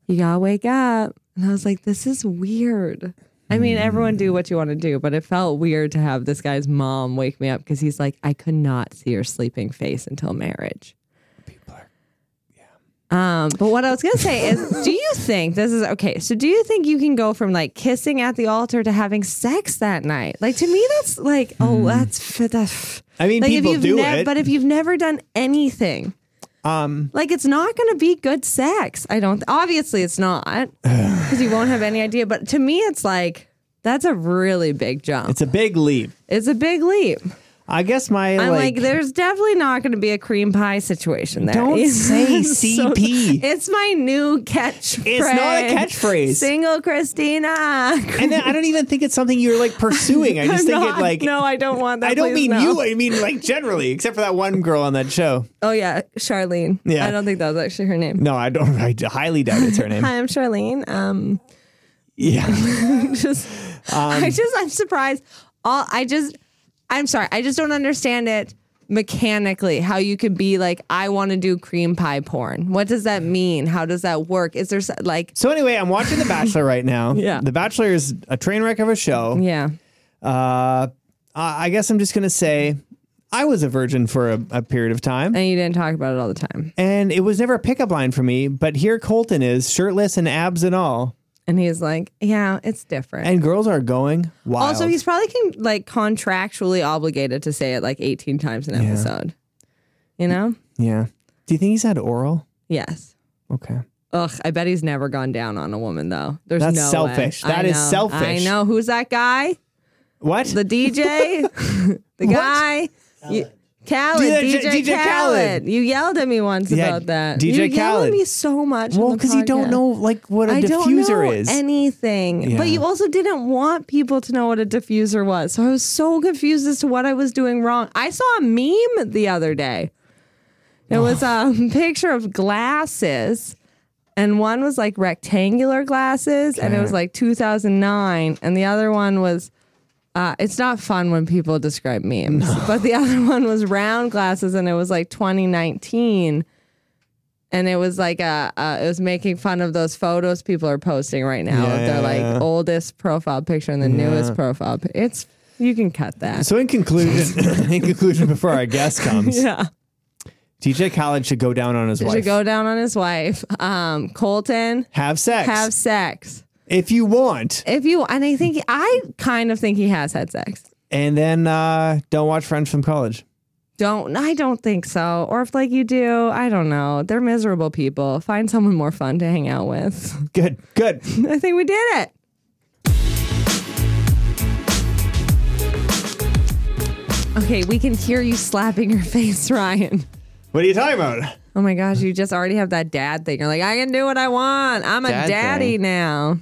S2: you gotta wake up. And I was like, this is weird. I
S1: Hmm.
S2: mean, everyone do what you want to do, but it felt weird to have this guy's mom wake me up because he's like, I could not see your sleeping face until marriage. Um, but what I was gonna say is, do you think this is okay? So, do you think you can go from like kissing at the altar to having sex that night? Like to me, that's like, oh, that's f- that's.
S1: Hmm. I mean,
S2: like
S1: people
S2: if you've
S1: do it.
S2: but if you've never done anything,
S1: um,
S2: like it's not going to be good sex. I don't. Obviously, it's not because you won't have any idea. But to me, it's like that's a really big jump. It's,
S1: it's a big leap.
S2: a big leap.
S1: I guess my
S2: I'm
S1: like,
S2: like, there's definitely not going to be a cream pie situation there.
S1: Don't
S2: It's
S1: say
S2: so-
S1: CP.
S2: it's my new catchphrase.
S1: it's not a catchphrase.
S2: Single Christina.
S1: and then I don't even think it's something you're like pursuing. I just think it like
S2: no, I don't want that.
S1: I don't
S2: please,
S1: mean
S2: no.
S1: you. I mean like generally, except for that one girl on that show.
S2: Oh yeah, Charlene.
S1: Yeah.
S2: I don't think that was actually her name.
S1: No, I don't. I highly doubt it's her name.
S2: Hi, I'm Charlene. Um,
S1: Yeah,
S2: just
S1: Um,
S2: I just I'm surprised. All I just I'm sorry. I just don't understand it mechanically how you could be like I want to do cream pie porn. What does that mean? How does that work? Is there s- like
S1: So anyway, I'm watching The Bachelor right now.
S2: Yeah.
S1: The Bachelor is a train wreck of a show.
S2: yeah.
S1: Uh, I I guess I'm just gonna say I was a virgin for a, a period of time.
S2: And you didn't talk about it all the time.
S1: And it was never a pickup line for me, but here Colton is, shirtless and abs and all.
S2: And he's like, yeah, it's different.
S1: And girls are going wild.
S2: also, he's probably con- like contractually obligated to say it like 18 times an episode. You know?
S1: yeah. Do you think he's had oral?
S2: Yes.
S1: Okay.
S2: Ugh, I bet he's never gone down on a woman though. There's
S1: That's
S2: no way.
S1: selfish.
S2: I
S1: That is
S2: know.
S1: selfish.
S2: I know. Who's that guy?
S1: What?
S2: The DJ? the guy? You- Khaled,
S1: DJ
S2: DJ, Khaled.
S1: Khaled.
S2: You yelled at me once
S1: Yeah,
S2: about that.
S1: DJ
S2: you yelled
S1: Khaled.
S2: at me so much. on
S1: well,
S2: the
S1: because you don't
S2: podcast.
S1: know like what a
S2: I don't know
S1: diffuser is.
S2: anything. But
S1: Yeah.
S2: you also didn't want people to know what a diffuser was. So I was so confused as to what I was doing wrong. I saw a meme the other day.
S1: Oh.
S2: It was a picture of glasses. And one was like rectangular glasses, and it was like 2009. And the other one was, uh, it's not fun when people describe memes, but the other one was round glasses, and it was like 2019 and it was like a, uh, it was making fun of those photos people are posting right now
S1: Yeah,
S2: of their
S1: yeah,
S2: like
S1: yeah.
S2: oldest profile picture and the newest profile. pi- It's you can cut that.
S1: so in conclusion, in conclusion, before our guest comes,
S2: Yeah,
S1: DJ Khaled should go down on his
S2: should
S1: wife.
S2: go down on his wife. Um, Colton,
S1: have sex
S2: have sex
S1: if you want,
S2: if you. And I think I kind of think he has had sex.
S1: and then uh, don't watch Friends from College.
S2: Don't I don't think so. Or if like you do, I don't know. They're miserable people. Find someone more fun to hang out with.
S1: Good, good.
S2: I think we did it. Okay, we can hear you slapping your face, Ryan.
S1: what are you talking about?
S2: Oh my gosh, you just already have that dad thing. You're like, I can do what I want. I'm a
S3: Dad
S2: daddy
S3: thing.
S2: now.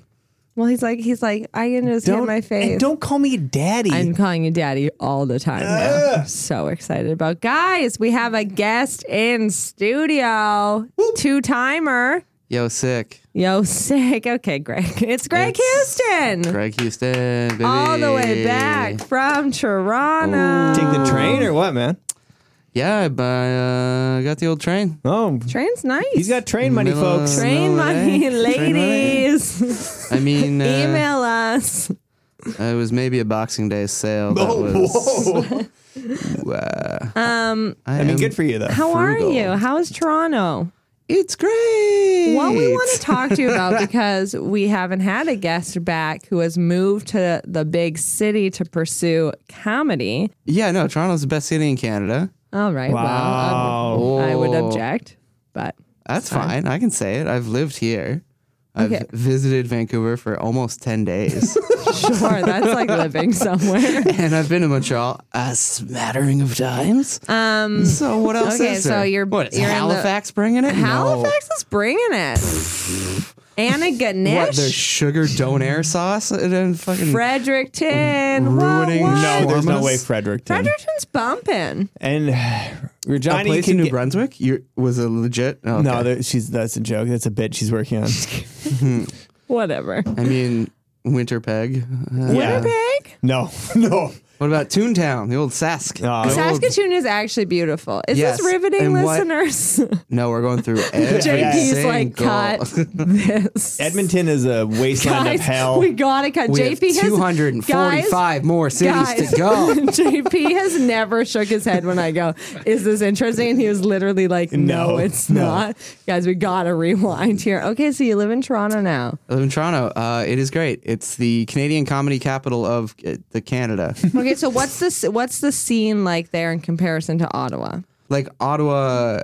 S2: Well, he's like, he's like, I can just hit my face.
S1: and don't call me daddy.
S2: I'm calling you daddy all the time now. I'm so excited about guys. We have a guest in studio, two timer.
S3: Yo, sick.
S2: Yo, sick. Okay, Greg. It's Greg
S3: It's
S2: Houston.
S3: Greg Houston, baby.
S2: all the way back from Toronto.
S1: Take the train or what, man?
S3: Yeah, I bu- uh, got the old train.
S1: Oh,
S2: Train's nice.
S1: he's got train money,
S3: Middle of-
S1: folks.
S2: train
S3: No way.
S2: money,
S3: Train money.
S2: ladies.
S3: I mean, uh,
S2: Email us.
S3: It was maybe a Boxing Day sale. That was, uh,
S2: Um,
S1: I mean, good for you though.
S2: how are
S3: Frugal.
S2: you? How is Toronto?
S3: It's great.
S2: What we want to talk to you about because we haven't had a guest back who has moved to the big city to pursue comedy.
S3: Yeah, no, Toronto's the best city in Canada.
S2: All right.
S1: Wow.
S2: Well, I would, I would
S3: Oh.
S2: object, but
S3: That's fine. I can say it. I've lived here. I've
S2: Okay.
S3: visited Vancouver for almost 10 days.
S2: sure, that's like living somewhere.
S3: and I've been to Montreal a smattering of times.
S2: Um,
S3: So what else
S2: Okay,
S3: is
S2: so
S3: there?
S2: you're-
S3: what, is
S2: you're in the-
S3: Halifax bringing it? No.
S2: Halifax is bringing it. Anna
S3: What their
S2: Ganesh,
S3: sugar donair sauce and then fucking
S2: Fredericton. What,
S3: Ruining-
S2: what?
S1: No, there's no
S3: Shawarmas?
S1: way, Frederick. did.
S2: Fredericton's bumping.
S1: And
S3: a
S1: Regina you
S3: place
S1: can
S3: in New
S1: get-
S3: Brunswick. You was a legit. oh,
S1: No,
S3: okay.
S1: that, she's that's a joke. That's a bit she's working on.
S2: Whatever.
S3: I mean Winterpeg. Uh,
S1: Yeah.
S2: Winnipeg?
S1: No, no.
S3: What about Toontown, the old Sask?
S1: No.
S2: Oh.
S3: The old-
S2: Saskatoon is actually beautiful. Is
S3: Yes,
S2: this riveting,
S3: and what-
S2: listeners?
S3: no, we're going through every
S2: JP's like,
S3: single-
S2: cut this.
S1: Edmonton is a wasteland
S2: Guys,
S1: of hell.
S2: we gotta cut.
S3: We
S2: JP
S3: have
S2: has
S3: 245 more cities
S2: guys, guys,
S3: to go.
S2: JP has never shook his head when I go, "Is this interesting?" And he was literally like, "No,
S1: No,
S2: it's
S1: no.
S2: not." Guys, we gotta rewind here. Okay, so you live in Toronto now.
S3: I live in Toronto. Uh, it is great. It's the Canadian comedy capital of uh, the Canada.
S2: Okay, so what's this? What's the scene like there in comparison to Ottawa?
S3: like Ottawa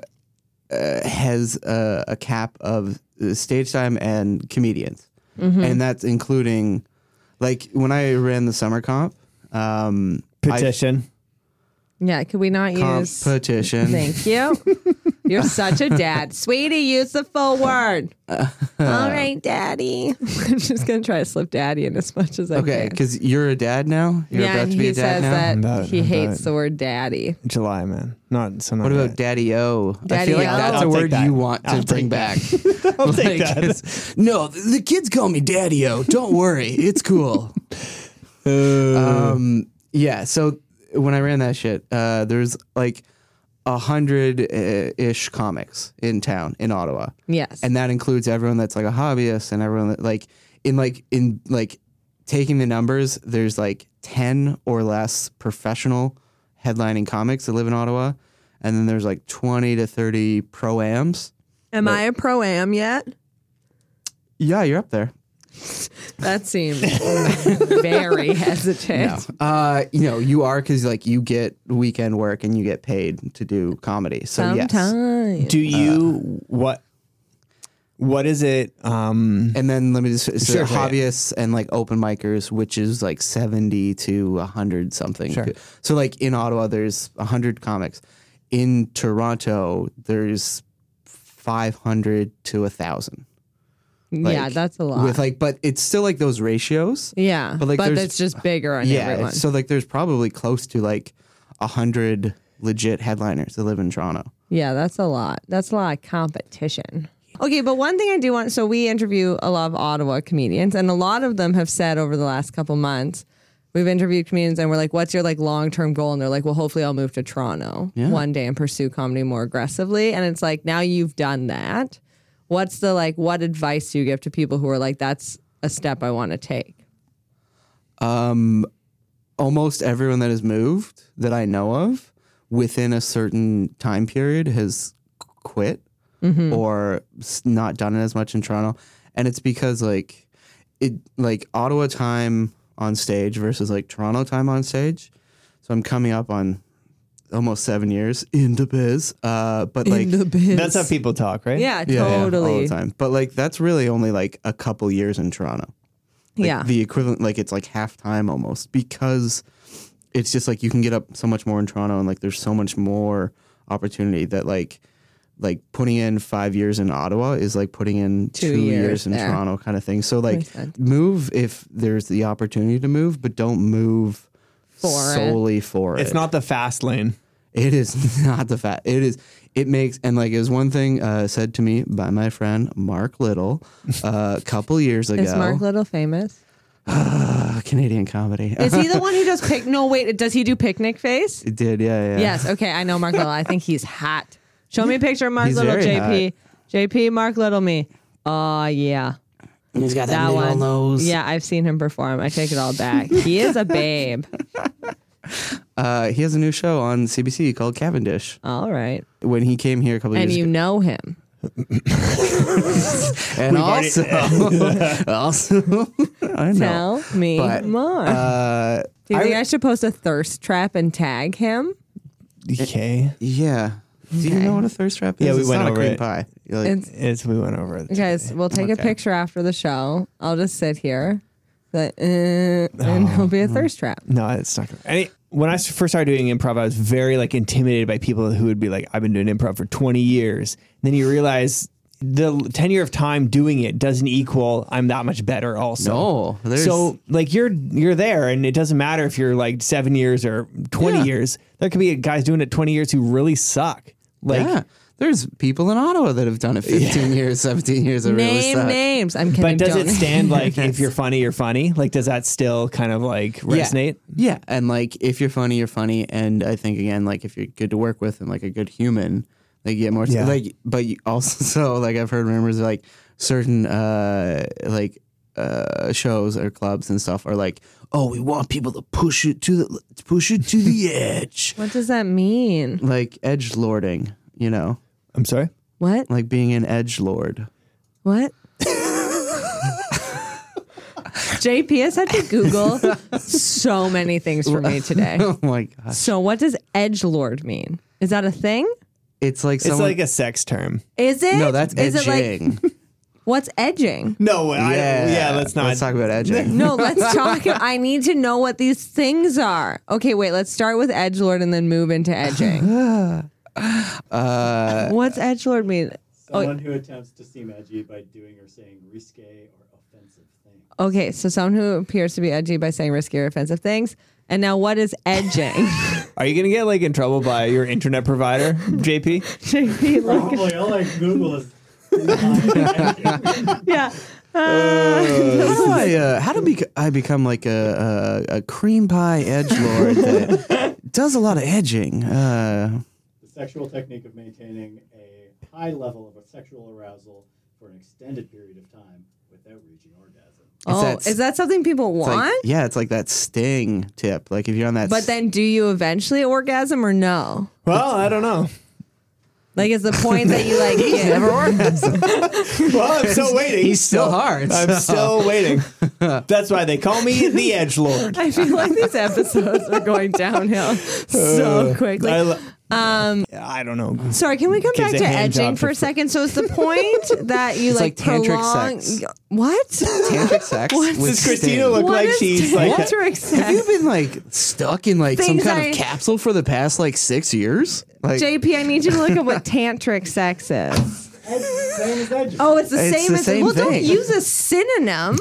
S3: uh, has a, a cap of uh, stage time and comedians,
S2: Mm-hmm.
S3: and that's including like when I ran the summer comp um,
S1: Petition.
S2: Yeah, could we not
S3: I-
S2: use?
S3: competition.
S2: Thank you. You're such a dad, sweetie. Use the full word. All right, daddy. I'm just gonna try to slip daddy in as much as I
S3: Okay,
S2: can.
S3: because you're a dad now. You're
S2: yeah,
S3: about to be
S2: he
S3: a
S2: says
S3: dad now.
S2: that
S1: About-
S2: he hates
S1: about-
S2: the word daddy.
S1: July, man. Not so. Not
S3: What about Daddy O? I feel like
S2: Daddy-O.
S1: I'll
S3: that's a
S1: take
S3: word
S1: that.
S3: you want to
S1: I'll take
S3: bring
S1: that.
S3: back.
S1: I'll take
S3: Like,
S1: that.
S3: it's- no, th- the kids call me Daddy O. Don't worry, it's cool. um, yeah. So when I ran that shit, uh, there's like a hundred uh, ish comics in town in Ottawa,
S2: Yes.
S3: and that includes everyone that's like a hobbyist and everyone that like in like in like taking the numbers. There's like 10 or less professional headlining comics that live in Ottawa. And then there's like 20 to 30 pro-ams.
S4: Am I a pro am yet?
S3: Yeah, you're up there.
S2: That seems very hesitant.
S3: Uh, you know, you are because like you get weekend work and you get paid to do comedy. So yes.
S2: Sometimes.
S1: Do you what? What is it? Um,
S3: And then let me just so
S1: Sure, play it.
S3: hobbyists and like open micers, which is like seventy to hundred something.
S1: Sure.
S3: So like in Ottawa, there's hundred comics. In Toronto, there's five hundred to thousand.
S2: yeah,
S3: like,
S2: that's a lot.
S3: With like, but it's still like those ratios.
S2: yeah,
S3: but,
S2: but,
S3: like, there's-
S2: it's just bigger on
S3: Yeah.
S2: everyone.
S3: So like, there's probably close to like hundred legit headliners that live in Toronto.
S2: Yeah, that's a lot. That's a lot of competition. Okay, but one thing I do want so we interview a lot of Ottawa comedians and a lot of them have said over the last couple months we've interviewed comedians and we're like what's your like long-term goal and they're like well hopefully I'll move to Toronto one day and pursue comedy more aggressively and it's like now you've done that. What's the like what advice do you give to people who are like that's a step I want to take?
S3: almost everyone that has moved that I know of within a certain time period has qu- quit or s- not done it as much in Toronto, and it's because like it like Ottawa time on stage versus like Toronto time on stage. So I'm coming up on almost seven years into biz, uh, but like
S1: that's how people talk, right?
S2: Yeah,
S3: yeah, yeah, all
S2: totally.
S3: the time. But like that's really only like a couple years in Toronto. Like,
S2: Yeah.
S3: The equivalent, like it's like half time almost because it's just like you can get up so much more in Toronto and like there's so much more opportunity that like like putting in five years in Ottawa is like putting in two,
S2: years
S3: years, in
S2: there.
S3: Toronto kind of thing. So like
S2: Makes sense.
S3: move if there's the opportunity to move, but don't move
S2: For it.
S3: solely for it.
S1: It's not the fast lane.
S3: It is not the fat. It is. It makes and like it was one thing uh, said to me by my friend Mark Little uh, a couple years ago.
S2: Is Mark Little famous?
S3: Uh, Canadian comedy.
S2: Is he the one who does pic? No, wait. Does he do picnic face?
S3: it did. Yeah. Yeah.
S2: Yes. Okay, I know Mark Little. I think he's hot. Show me a picture of Mark
S3: He's
S2: Little,
S3: very
S2: JP. JP, Mark Little, me. Oh yeah,
S3: He's got
S2: that one.
S3: nose.
S2: Yeah, I've seen him perform. I take it all back. He is a babe.
S3: Uh, he has a new show on CBC called Cavendish.
S2: All right,
S3: When he came here a couple
S2: and
S3: years
S2: you
S3: ago,
S2: know him.
S3: and also, also, I know.
S2: Tell me
S3: But,
S2: more.
S3: Uh,
S2: do you
S3: I-
S2: think I, should post a thirst trap and tag him?
S1: Okay,
S3: yeah. Do you know what a thirst trap is?
S1: Yeah, we
S3: it's
S1: went
S3: not
S1: over
S3: a cream
S1: it.
S3: pie. You're like-
S2: It's
S1: as we went over. it.
S2: guys. We'll take a
S3: Okay.
S2: picture after the show. I'll just sit here, but,
S3: Oh,
S2: uh, and he'll be a thirst
S3: mm-hmm.
S2: trap.
S1: No, it's not. Gonna, any, when I s- first started doing improv, I was very like intimidated by people who would be like, "I've been doing improv for 20 years." And then you realize the l- tenure of time doing it doesn't equal I'm that much better. Also,
S3: No, there's-
S1: so like you're you're there, and it doesn't matter if you're like seven years or 20
S3: Yeah.
S1: years. There could be guys doing it 20 years who really suck. Like,
S3: yeah. There's people in Ottawa that have done it 15 years, 17 years. That really
S2: Name
S3: suck.
S2: names. I'm kidding.
S1: but does
S2: don't
S1: it stand like if you're funny, you're funny? Like, does that still kind of like resonate?
S3: Yeah. And like, if you're funny, you're funny. And I think, again, like, if you're good to work with and like a good human, like, you get more,
S1: Yeah.
S3: like, but you also, so like, I've heard rumors like certain, uh, like, uh, shows or clubs and stuff are like, oh, we want people to push it to the, to push it to the edge.
S2: What does that mean?
S3: like, edge lording, you know,
S1: I'm sorry.
S2: What?
S3: like being an edge lord.
S2: What? JP has had to Google so many things for me today.
S3: oh my gosh.
S2: So, what does edge lord mean? Is that a thing?
S3: It's like
S1: It's
S3: someone.
S1: like a sex term.
S2: Is it?
S3: no, that's
S2: Is it like
S3: edging.
S2: what's edging?
S1: No, I,
S3: yeah,
S1: yeah, let's not.
S3: Let's talk about edging.
S2: No, let's talk. I need to know what these things are. Okay, wait. Let's start with edge lord and then move into edging.
S3: Uh,
S2: what's edge lord mean?
S5: Someone who attempts to seem edgy by doing or saying risque or offensive things.
S2: Okay, so someone who appears to be edgy by saying risky or offensive things. And now, what is edging?
S1: Are you gonna get like in trouble by your internet provider, JP?
S2: JP, look.
S5: Probably all I Google is. That's
S2: Yeah.
S3: how do I? Uh, how do bec- I become like a, a, a cream pie edge lord that does a lot of edging? Uh,
S5: the sexual technique of maintaining a high level of sexual arousal for an extended period of time without reaching orgasm.
S2: Oh,
S3: that s-
S2: is that something people
S3: It's
S2: want?
S3: like, yeah, it's like that sting tip. Like if you're on that,
S2: but
S3: s-
S2: then do you eventually orgasm or no?
S1: Well, I don't know.
S2: Like is the point that you like get-
S1: Well, I'm still waiting.
S3: he's still hard.
S1: I'm
S3: so-
S1: still waiting. That's why they call me the Edge Lord.
S2: I feel like these episodes are going downhill so quickly.
S1: I, um, I don't know.
S2: Sorry, can we come
S1: Gives
S2: back
S1: a
S2: to
S1: hand
S2: edging
S1: job
S2: for a
S1: for-
S2: second? So is the point that you
S3: It's
S2: like,
S3: like tantric
S2: prolong
S3: sex.
S2: what?
S3: tantric sex. with
S1: Does Christina
S3: sting.
S1: look
S2: What
S1: like
S2: is
S1: she's like?
S2: tantric
S3: Have
S2: sex?
S3: you been like stuck in like some
S2: Things
S3: kind
S2: I-
S3: of capsule for the past like six years? Like
S2: JP, I need you to look at what tantric sex is.
S5: Same as that.
S2: Oh, it's the
S3: It's
S2: same
S3: the
S2: as
S3: same
S2: well. Don't
S3: thing.
S2: use a synonym.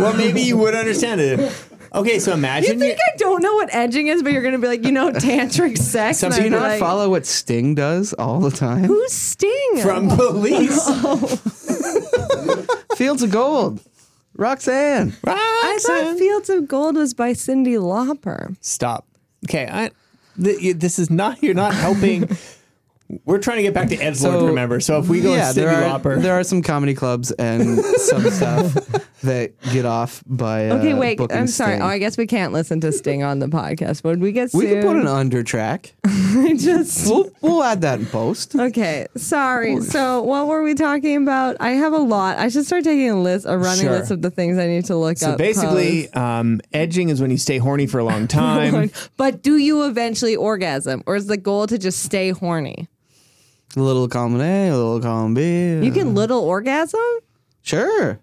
S1: Well, maybe you would understand it. Okay, so
S2: You
S1: imagine
S2: think I don't know what edging is, but you're gonna be like, you know, tantric sex.
S1: Some-
S2: and
S1: do
S2: I'd
S1: you
S2: be
S3: do you not
S2: like,
S3: follow what Sting does all the time?
S2: Who's Sting?
S1: you're from police.
S3: Fields of Gold, Roxanne.
S2: I thought Fields of Gold was by Cindy Lauper.
S1: Stop. Okay, I, th- you- this is not. You're not helping. We're trying to get back to Edge Lord.
S3: So-
S1: remember, so if we go yeah,
S3: yeah,
S1: Cindy
S3: there are
S1: Lauper,
S3: there are some comedy clubs and some stuff that get off by. Uh,
S2: Okay, wait.
S3: booking
S2: I'm sorry.
S3: Sting.
S2: Oh, I guess we can't listen to Sting on the podcast. Would we get
S3: we
S2: sued?
S3: can put an under track.
S2: I just
S3: We'll, we'll add that in post.
S2: okay. Sorry. So what were we talking about? I have a lot. I should start taking a list, a running
S1: Sure.
S2: list of the things I need to look
S1: so
S2: up.
S1: basically, um, edging is when you stay horny for a long time.
S2: post. but do you eventually orgasm, or is the goal to just stay horny?
S3: A little column A, a little column B.
S2: You can little orgasm.
S3: sure.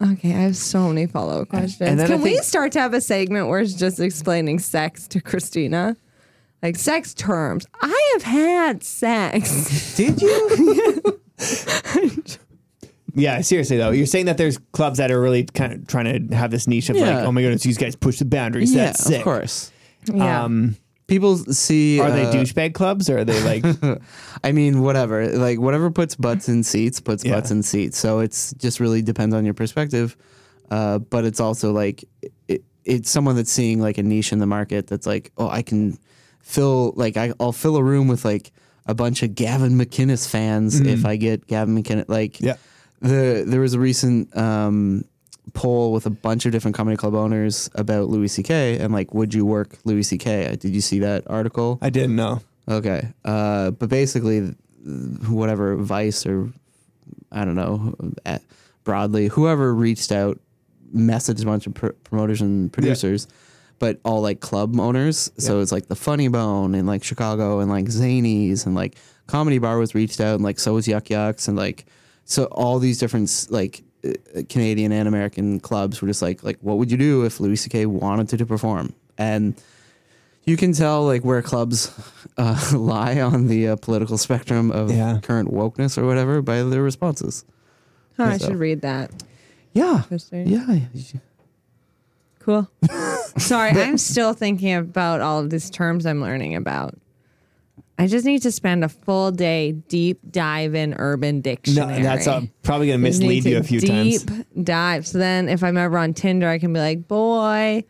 S2: Okay, I have so many follow up questions.
S1: then I
S2: Can we
S1: think-
S2: start to have a segment where it's just explaining sex to Christina? Like sex terms. I have had sex.
S3: Did you?
S1: Yeah, seriously though, you're saying that there's clubs that are really kind of trying to have this niche of
S3: Yeah.
S1: like, oh my goodness, these guys push the boundaries.
S3: yeah,
S1: That's sick.
S3: of course.
S2: Yeah.
S1: Um,
S3: People see.
S1: are they
S3: uh,
S1: douchebag clubs or are they like?
S3: I mean, whatever. Like whatever puts butts in seats puts
S1: Yeah.
S3: butts in seats. So it's just really depends on your perspective. Uh, but it's also like it, it's someone that's seeing like a niche in the market that's like, oh, I can fill like I, I'll fill a room with like a bunch of Gavin McInnes fans if I get Gavin McInnes. Like,
S1: Mm-hmm. Yeah.
S3: The there was a recent um, poll with a bunch of different comedy club owners about Louis C.K. and like, would you work Louis C.K.? Did you see that article?
S1: I didn't know.
S3: Okay. Uh, but basically, th- whatever Vice or I don't know, at, broadly, whoever reached out, messaged a bunch of pr- promoters and producers, but all like club owners. So it's like the Funny Bone and like Chicago and like Zanies and like Comedy Bar was reached out and like so was Yuck Yucks and like so all these different s- like uh, Canadian and American clubs were just like like what would you do if Louis C.K. wanted to, to perform and you can tell like where clubs uh, lie on the uh, political spectrum of
S1: Yeah.
S3: current wokeness or whatever by their responses.
S2: Huh, I
S3: so.
S2: should read that.
S3: Yeah,
S2: Interesting.
S3: yeah.
S2: Cool. Sorry, I'm still thinking about all of these terms I'm learning about. I just need to spend a full day deep dive in Urban
S1: No,
S2: Dictionary.
S1: that's uh, probably going to
S2: Just need
S1: mislead
S2: to
S1: you a few times.
S2: Deep dive. So then, if I'm ever on Tinder, I can be like, "Boy,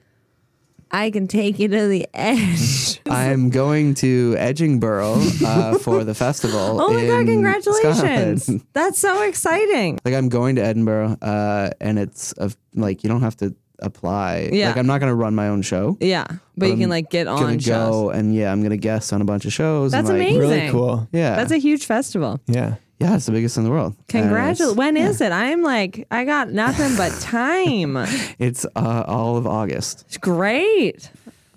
S2: I can take you to the edge."
S3: I'm going to Edgingborough uh, for the festival.
S2: oh my god!
S3: in
S2: Congratulations!
S3: Scotland.
S2: That's so exciting.
S3: Like I'm going to Edinburgh, uh, and it's a, like you don't have to apply.
S2: Yeah.
S3: Like I'm not going to run my own show.
S2: Yeah, but, you can
S3: I'm
S2: like get
S3: gonna
S2: on shows.
S3: Um, go and yeah, I'm going to guest on a bunch of shows.
S2: That's
S3: and, like,
S2: amazing.
S1: Really cool.
S3: Yeah,
S2: That's a huge festival.
S1: Yeah.
S3: yeah, it's the biggest in the world. And it's-
S2: Congratulations. When is it? I'm like, I got nothing but time.
S3: It's uh, all of August.
S2: It's great.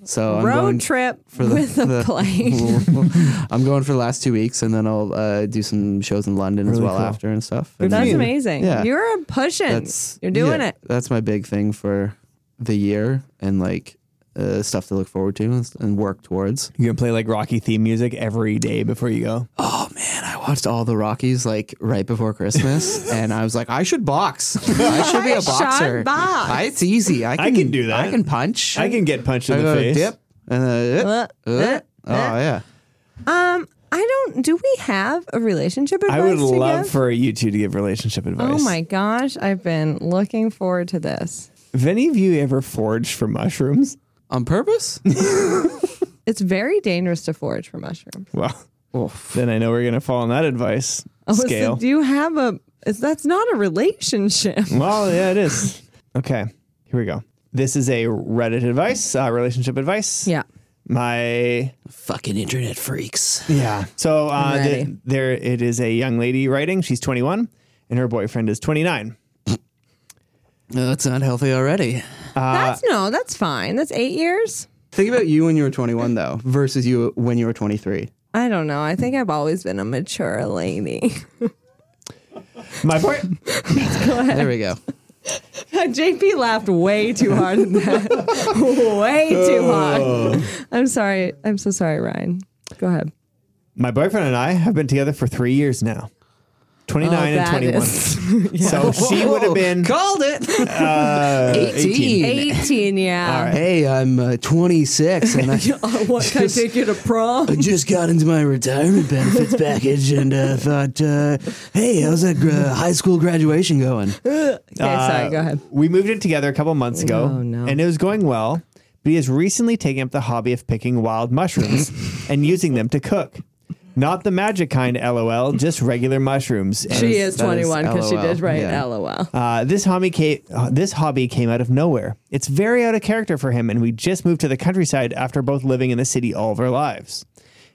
S3: So I'm going
S2: Road trip with a plane.
S3: I'm going for the last two weeks, and then I'll uh, do some shows in London as
S1: Really
S3: well
S1: cool.
S3: after and stuff. And
S2: That's
S1: you.
S2: amazing.
S3: Yeah.
S2: You're pushing.
S3: that's-
S2: You're doing
S3: yeah,
S2: it.
S3: That's my big thing for the year and like uh, stuff to look forward to and, and work towards.
S1: You can play like Rocky theme music every day before you go.
S3: Oh man, I watched all the Rockies like right before Christmas, and I was like, I should box. I should be
S2: I
S3: a
S2: should
S3: boxer.
S2: box.
S3: I- it's easy. I can,
S1: can do that.
S3: I can punch.
S1: I can get punched in
S3: I
S1: the
S3: go
S1: face.
S3: dip and then.
S2: Uh,
S3: uh,
S2: uh,
S3: uh. Oh yeah.
S2: Um, I don't. Do we have a relationship advice?
S1: I would
S2: to
S1: love
S2: give?
S1: for you two to give relationship advice.
S2: Oh my gosh, I've been looking forward to this.
S1: Have any of you ever foraged for mushrooms?
S3: On purpose?
S2: It's very dangerous to forage for mushrooms.
S1: Well, then I know we're going to fall on that advice
S2: Oh, so
S1: scale.
S2: do you have a
S4: Is that's not a relationship.
S1: Well, yeah, it is. Okay, here we go. This is a Reddit advice, uh, relationship advice.
S2: Yeah.
S1: My
S3: Fucking internet freaks.
S1: yeah. So uh,
S2: I'm
S1: th-
S2: ready.
S1: there, it is a young lady writing. She's 21, and her boyfriend is 29.
S3: No, Oh, that's not healthy already.
S1: Uh,
S2: that's no, that's fine. That's eight years.
S3: Think about you when you were 21 though versus you when you were 23.
S2: I don't know. I think I've always been a mature lady.
S1: My boy,
S3: There we go.
S2: JP laughed way too hard at that. way too
S1: Oh.
S2: hard. I'm sorry. I'm so sorry, Ryan. Go ahead.
S1: my boyfriend and I have been together for three years now. 29
S2: Oh,
S1: and 21. So she would have been
S3: called it.
S1: uh,
S3: 18.
S1: 18.
S2: 18, yeah.
S3: Hey, I'm uh, 26 and I
S2: Uh, what, can I take you to
S1: Uh,
S2: prom?
S3: just got into my retirement benefits package and uh, thought, uh, hey, how's that uh, high school graduation going?
S2: Okay, sorry, go ahead.
S1: We moved in together a couple months ago,
S2: Oh, no.
S1: and it was going well. But he has recently taken up the hobby of picking wild mushrooms and using them to cook. Not the magic kind, lol, just regular mushrooms. And
S2: She
S3: is-
S2: is
S3: that is
S2: 21 because she did
S3: LOL.
S2: write
S3: Yeah.
S2: LOL.
S1: uh, this hobby came. Uh, this hobby came out of nowhere. It's very out of character for him, and we just moved to the countryside after both living in the city all of our lives.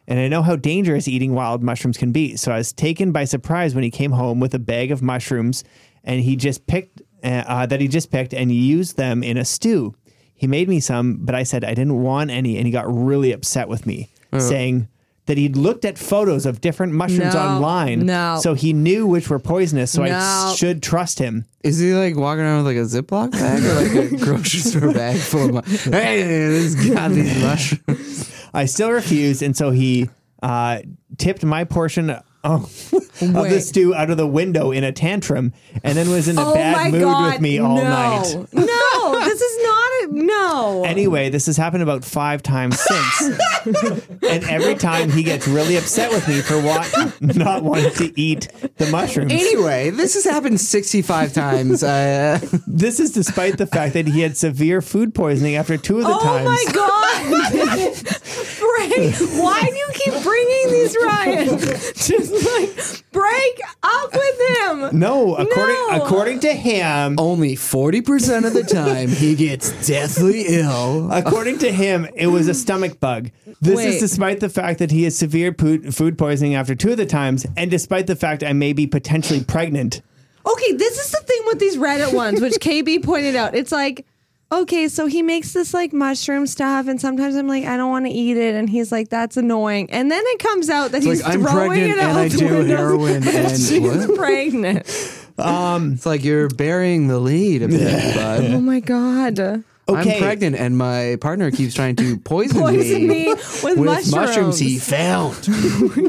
S1: And I know how dangerous eating wild mushrooms can be, so I was taken by surprise when he came home with a bag of mushrooms, and he just picked uh, uh, that he just picked and used them in a stew. He made me some, but I said I didn't want any, and he got really upset with me,
S2: Uh.
S1: saying that he'd looked at photos of different mushrooms
S2: No,
S1: online,
S2: no.
S1: so he knew which were poisonous. So I
S2: No.
S1: should trust him.
S3: Is he like walking around with like a Ziploc bag or like a grocery store bag full of mu- Hey, this got these mushrooms.
S1: I still refused, and so he uh, tipped my portion oh, of the
S2: Wait. Oh
S1: stew out of the window in a tantrum, and then was in a bad mood with me all
S2: no.
S1: night.
S2: No, this is not a no.
S1: Anyway, this has happened about five times since, and every time he gets really upset with me for want, not wanting to eat the mushrooms.
S3: Anyway, this has happened 65 times. Uh,
S1: This is despite the fact that he had severe food poisoning after two of the
S2: oh
S1: times.
S2: my god, Frank! Why do you keep bringing these Ryan? Just like break up with him.
S1: No, according
S2: No.
S1: according to him,
S3: only 40% of the time he gets deathly ill.
S1: According to him, it was a stomach bug. This is
S2: Wait.
S1: despite the fact that he has severe po- food poisoning after two of the times, and despite the fact I may be potentially pregnant.
S2: Okay, this is the thing with these Reddit ones, which KB pointed out. It's like, okay, so he makes this like mushroom stuff, and sometimes I'm like, I don't want to eat it, and he's like, that's annoying. And then it comes out that he's
S3: Like, I'm
S2: throwing
S3: pregnant
S2: it out
S3: and I
S2: the
S3: do
S2: window.
S3: heroin and
S2: She's
S3: what?
S2: pregnant.
S3: It's like you're burying the lead a bit, bud.
S2: Oh my god.
S1: Okay.
S3: I'm pregnant and my partner keeps trying to poison,
S2: Poison me with,
S3: with
S2: mushrooms.
S3: he found.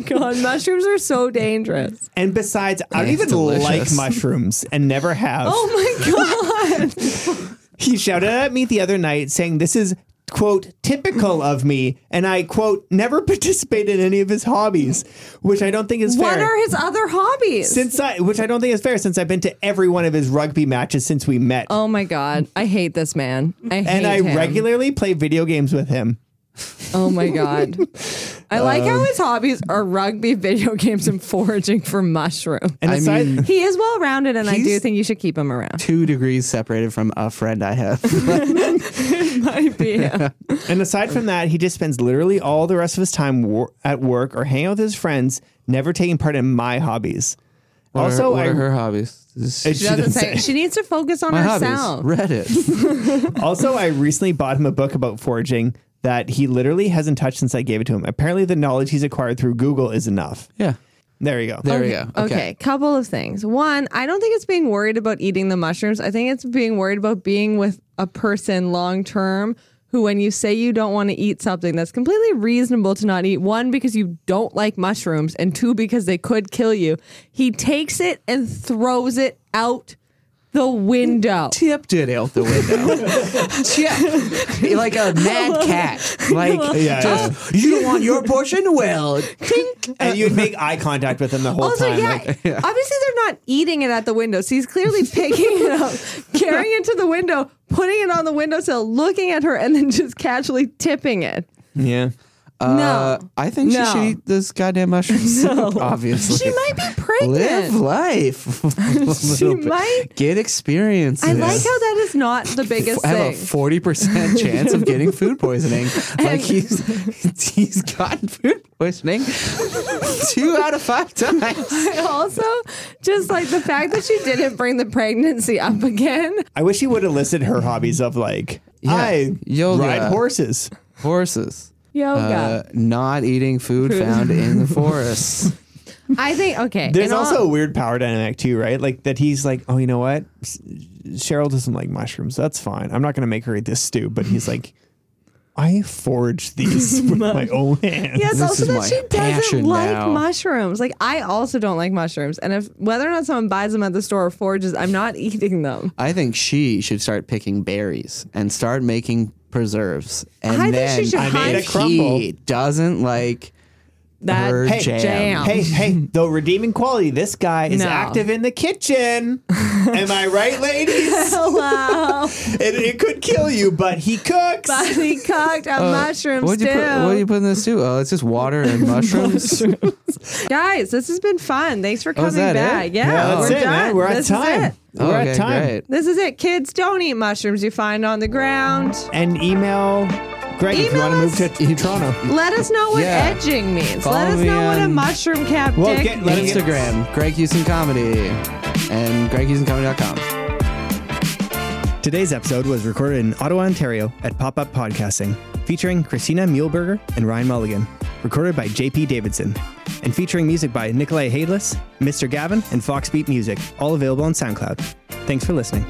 S2: God, mushrooms are so dangerous.
S1: And besides, I don't
S3: That's
S1: even like
S3: delicious.
S1: mushrooms and never have.
S2: Oh my god.
S1: He shouted at me the other night saying this is quote typical of me and I quote never participate in any of his hobbies, which I don't think is
S2: what
S1: fair.
S2: are his other hobbies?
S1: since I which I don't think is fair since I've been to every one of his rugby matches since we met.
S2: oh my god, I hate this man. I hate
S1: and I
S2: him.
S1: regularly play video games with him.
S2: Oh my god. I like how his hobbies are rugby, video games, and foraging for mushroom.
S1: And
S3: I
S1: aside,
S3: mean-
S2: He is well rounded, and I do
S3: He's-
S2: think you should keep him around.
S3: Two degrees separated from a friend I have.
S2: Might be him.
S1: And aside from that, he just spends literally all the rest of his time wor- at work or hanging out with his friends, never taking part in my hobbies. also,
S3: what are
S1: I,
S3: her hobbies?
S1: it-
S2: She doesn't say she needs to focus on herself.
S3: Reddit.
S1: also, I recently bought him a book about foraging that he literally hasn't touched since I gave it to him. Apparently, the knowledge he's acquired through Google is enough.
S3: yeah.
S1: There you go.
S2: Uh,
S3: There we go.
S2: Okay. couple of things. One, I don't think it's being worried about eating the mushrooms. I think it's being worried about being with a person long term who, when you say you don't want to eat something, that's completely reasonable to not eat. One, because you don't like mushrooms, and two, because they could kill you. He takes it and throws it out the window.
S3: Tipped it out the window. Chip. like a mad cat. Like,
S1: Yeah,
S3: just, you don't want your portion? Well, tink.
S1: And you'd make eye contact with him the whole
S2: Also,
S1: time.
S2: yeah,
S1: like-
S2: obviously they're not eating it at the window. So he's clearly picking it up, carrying it to the window, putting it on the windowsill, looking at her, and then just casually tipping it.
S1: yeah.
S2: no.
S3: Uh, I think
S2: No.
S3: she should eat this goddamn mushroom soup, obviously.
S2: She might be pregnant.
S3: Live life. A little bit.
S2: might.
S3: Get experience.
S2: I like how that is not the biggest
S3: I
S2: thing.
S3: have a forty percent chance of getting food poisoning. like he's he's gotten food poisoning two out of five times.
S2: I also just like the fact that she didn't bring the pregnancy up again.
S1: I wish she would have listed her hobbies of like
S3: Yeah,
S1: I
S3: yoga.
S1: ride horses.
S3: Horses.
S2: Yoga.
S3: Uh, not eating food found in the forest.
S2: I think okay.
S1: There's
S2: in all-
S1: also a weird power dynamic too, right? Like that he's like, oh, you know what? S- Cheryl doesn't like mushrooms. That's fine. I'm not gonna make her eat this stew. But he's like, I forged these with my own hands.
S2: Yes,
S3: This
S2: also
S3: is
S2: that
S3: my
S2: she doesn't
S3: passion
S2: like
S3: now.
S2: mushrooms. Like I also don't like mushrooms, and if whether or not someone buys them at the store or forges, I'm not eating them.
S3: I think she should start picking berries and start making preserves. And
S2: I think
S3: then
S2: she should I
S1: made a
S3: if
S1: crumble.
S3: he doesn't like
S2: That
S3: her
S1: Hey,
S3: jam.
S2: jam.
S1: Hey, hey, the redeeming quality. This guy is
S2: No.
S1: active in the kitchen. Am I right, ladies?
S2: hello,
S1: it, it could kill you, but he cooks.
S2: body cooked on mushrooms
S3: What do
S2: too.
S3: Uh, you put? What do you put in this too? Oh, it's just water and mushrooms.
S2: Guys, this has been fun. Thanks for coming
S3: Oh, is that
S2: back.
S3: it?
S2: Yeah,
S1: Yeah, that's
S2: we're
S1: it,
S2: done.
S1: man. We're
S2: this
S1: at
S2: Is
S1: time.
S2: it.
S1: We're
S3: okay,
S1: at time.
S3: great.
S2: This is it. Kids, don't eat mushrooms you find on the ground.
S1: And email Greg if you
S2: Email
S1: want
S2: us.
S1: to move to t- Toronto.
S2: Let us know what
S3: Yeah.
S2: edging means.
S3: Follow
S2: Let us
S3: me
S2: know what a
S3: on-
S2: mushroom cap
S1: Well,
S2: dick
S1: get- let us-
S2: means.
S3: Instagram, Greg Houston Comedy, and GregHoustonComedy.com.
S1: Today's episode was recorded in Ottawa, Ontario at Pop Up Podcasting, featuring Christina Muehlberger and Ryan Mulligan, recorded by JP Davidson, and featuring music by Nikolai Hadeless, Mr. Gavin, and Foxbeat Music, all available on SoundCloud. Thanks for listening.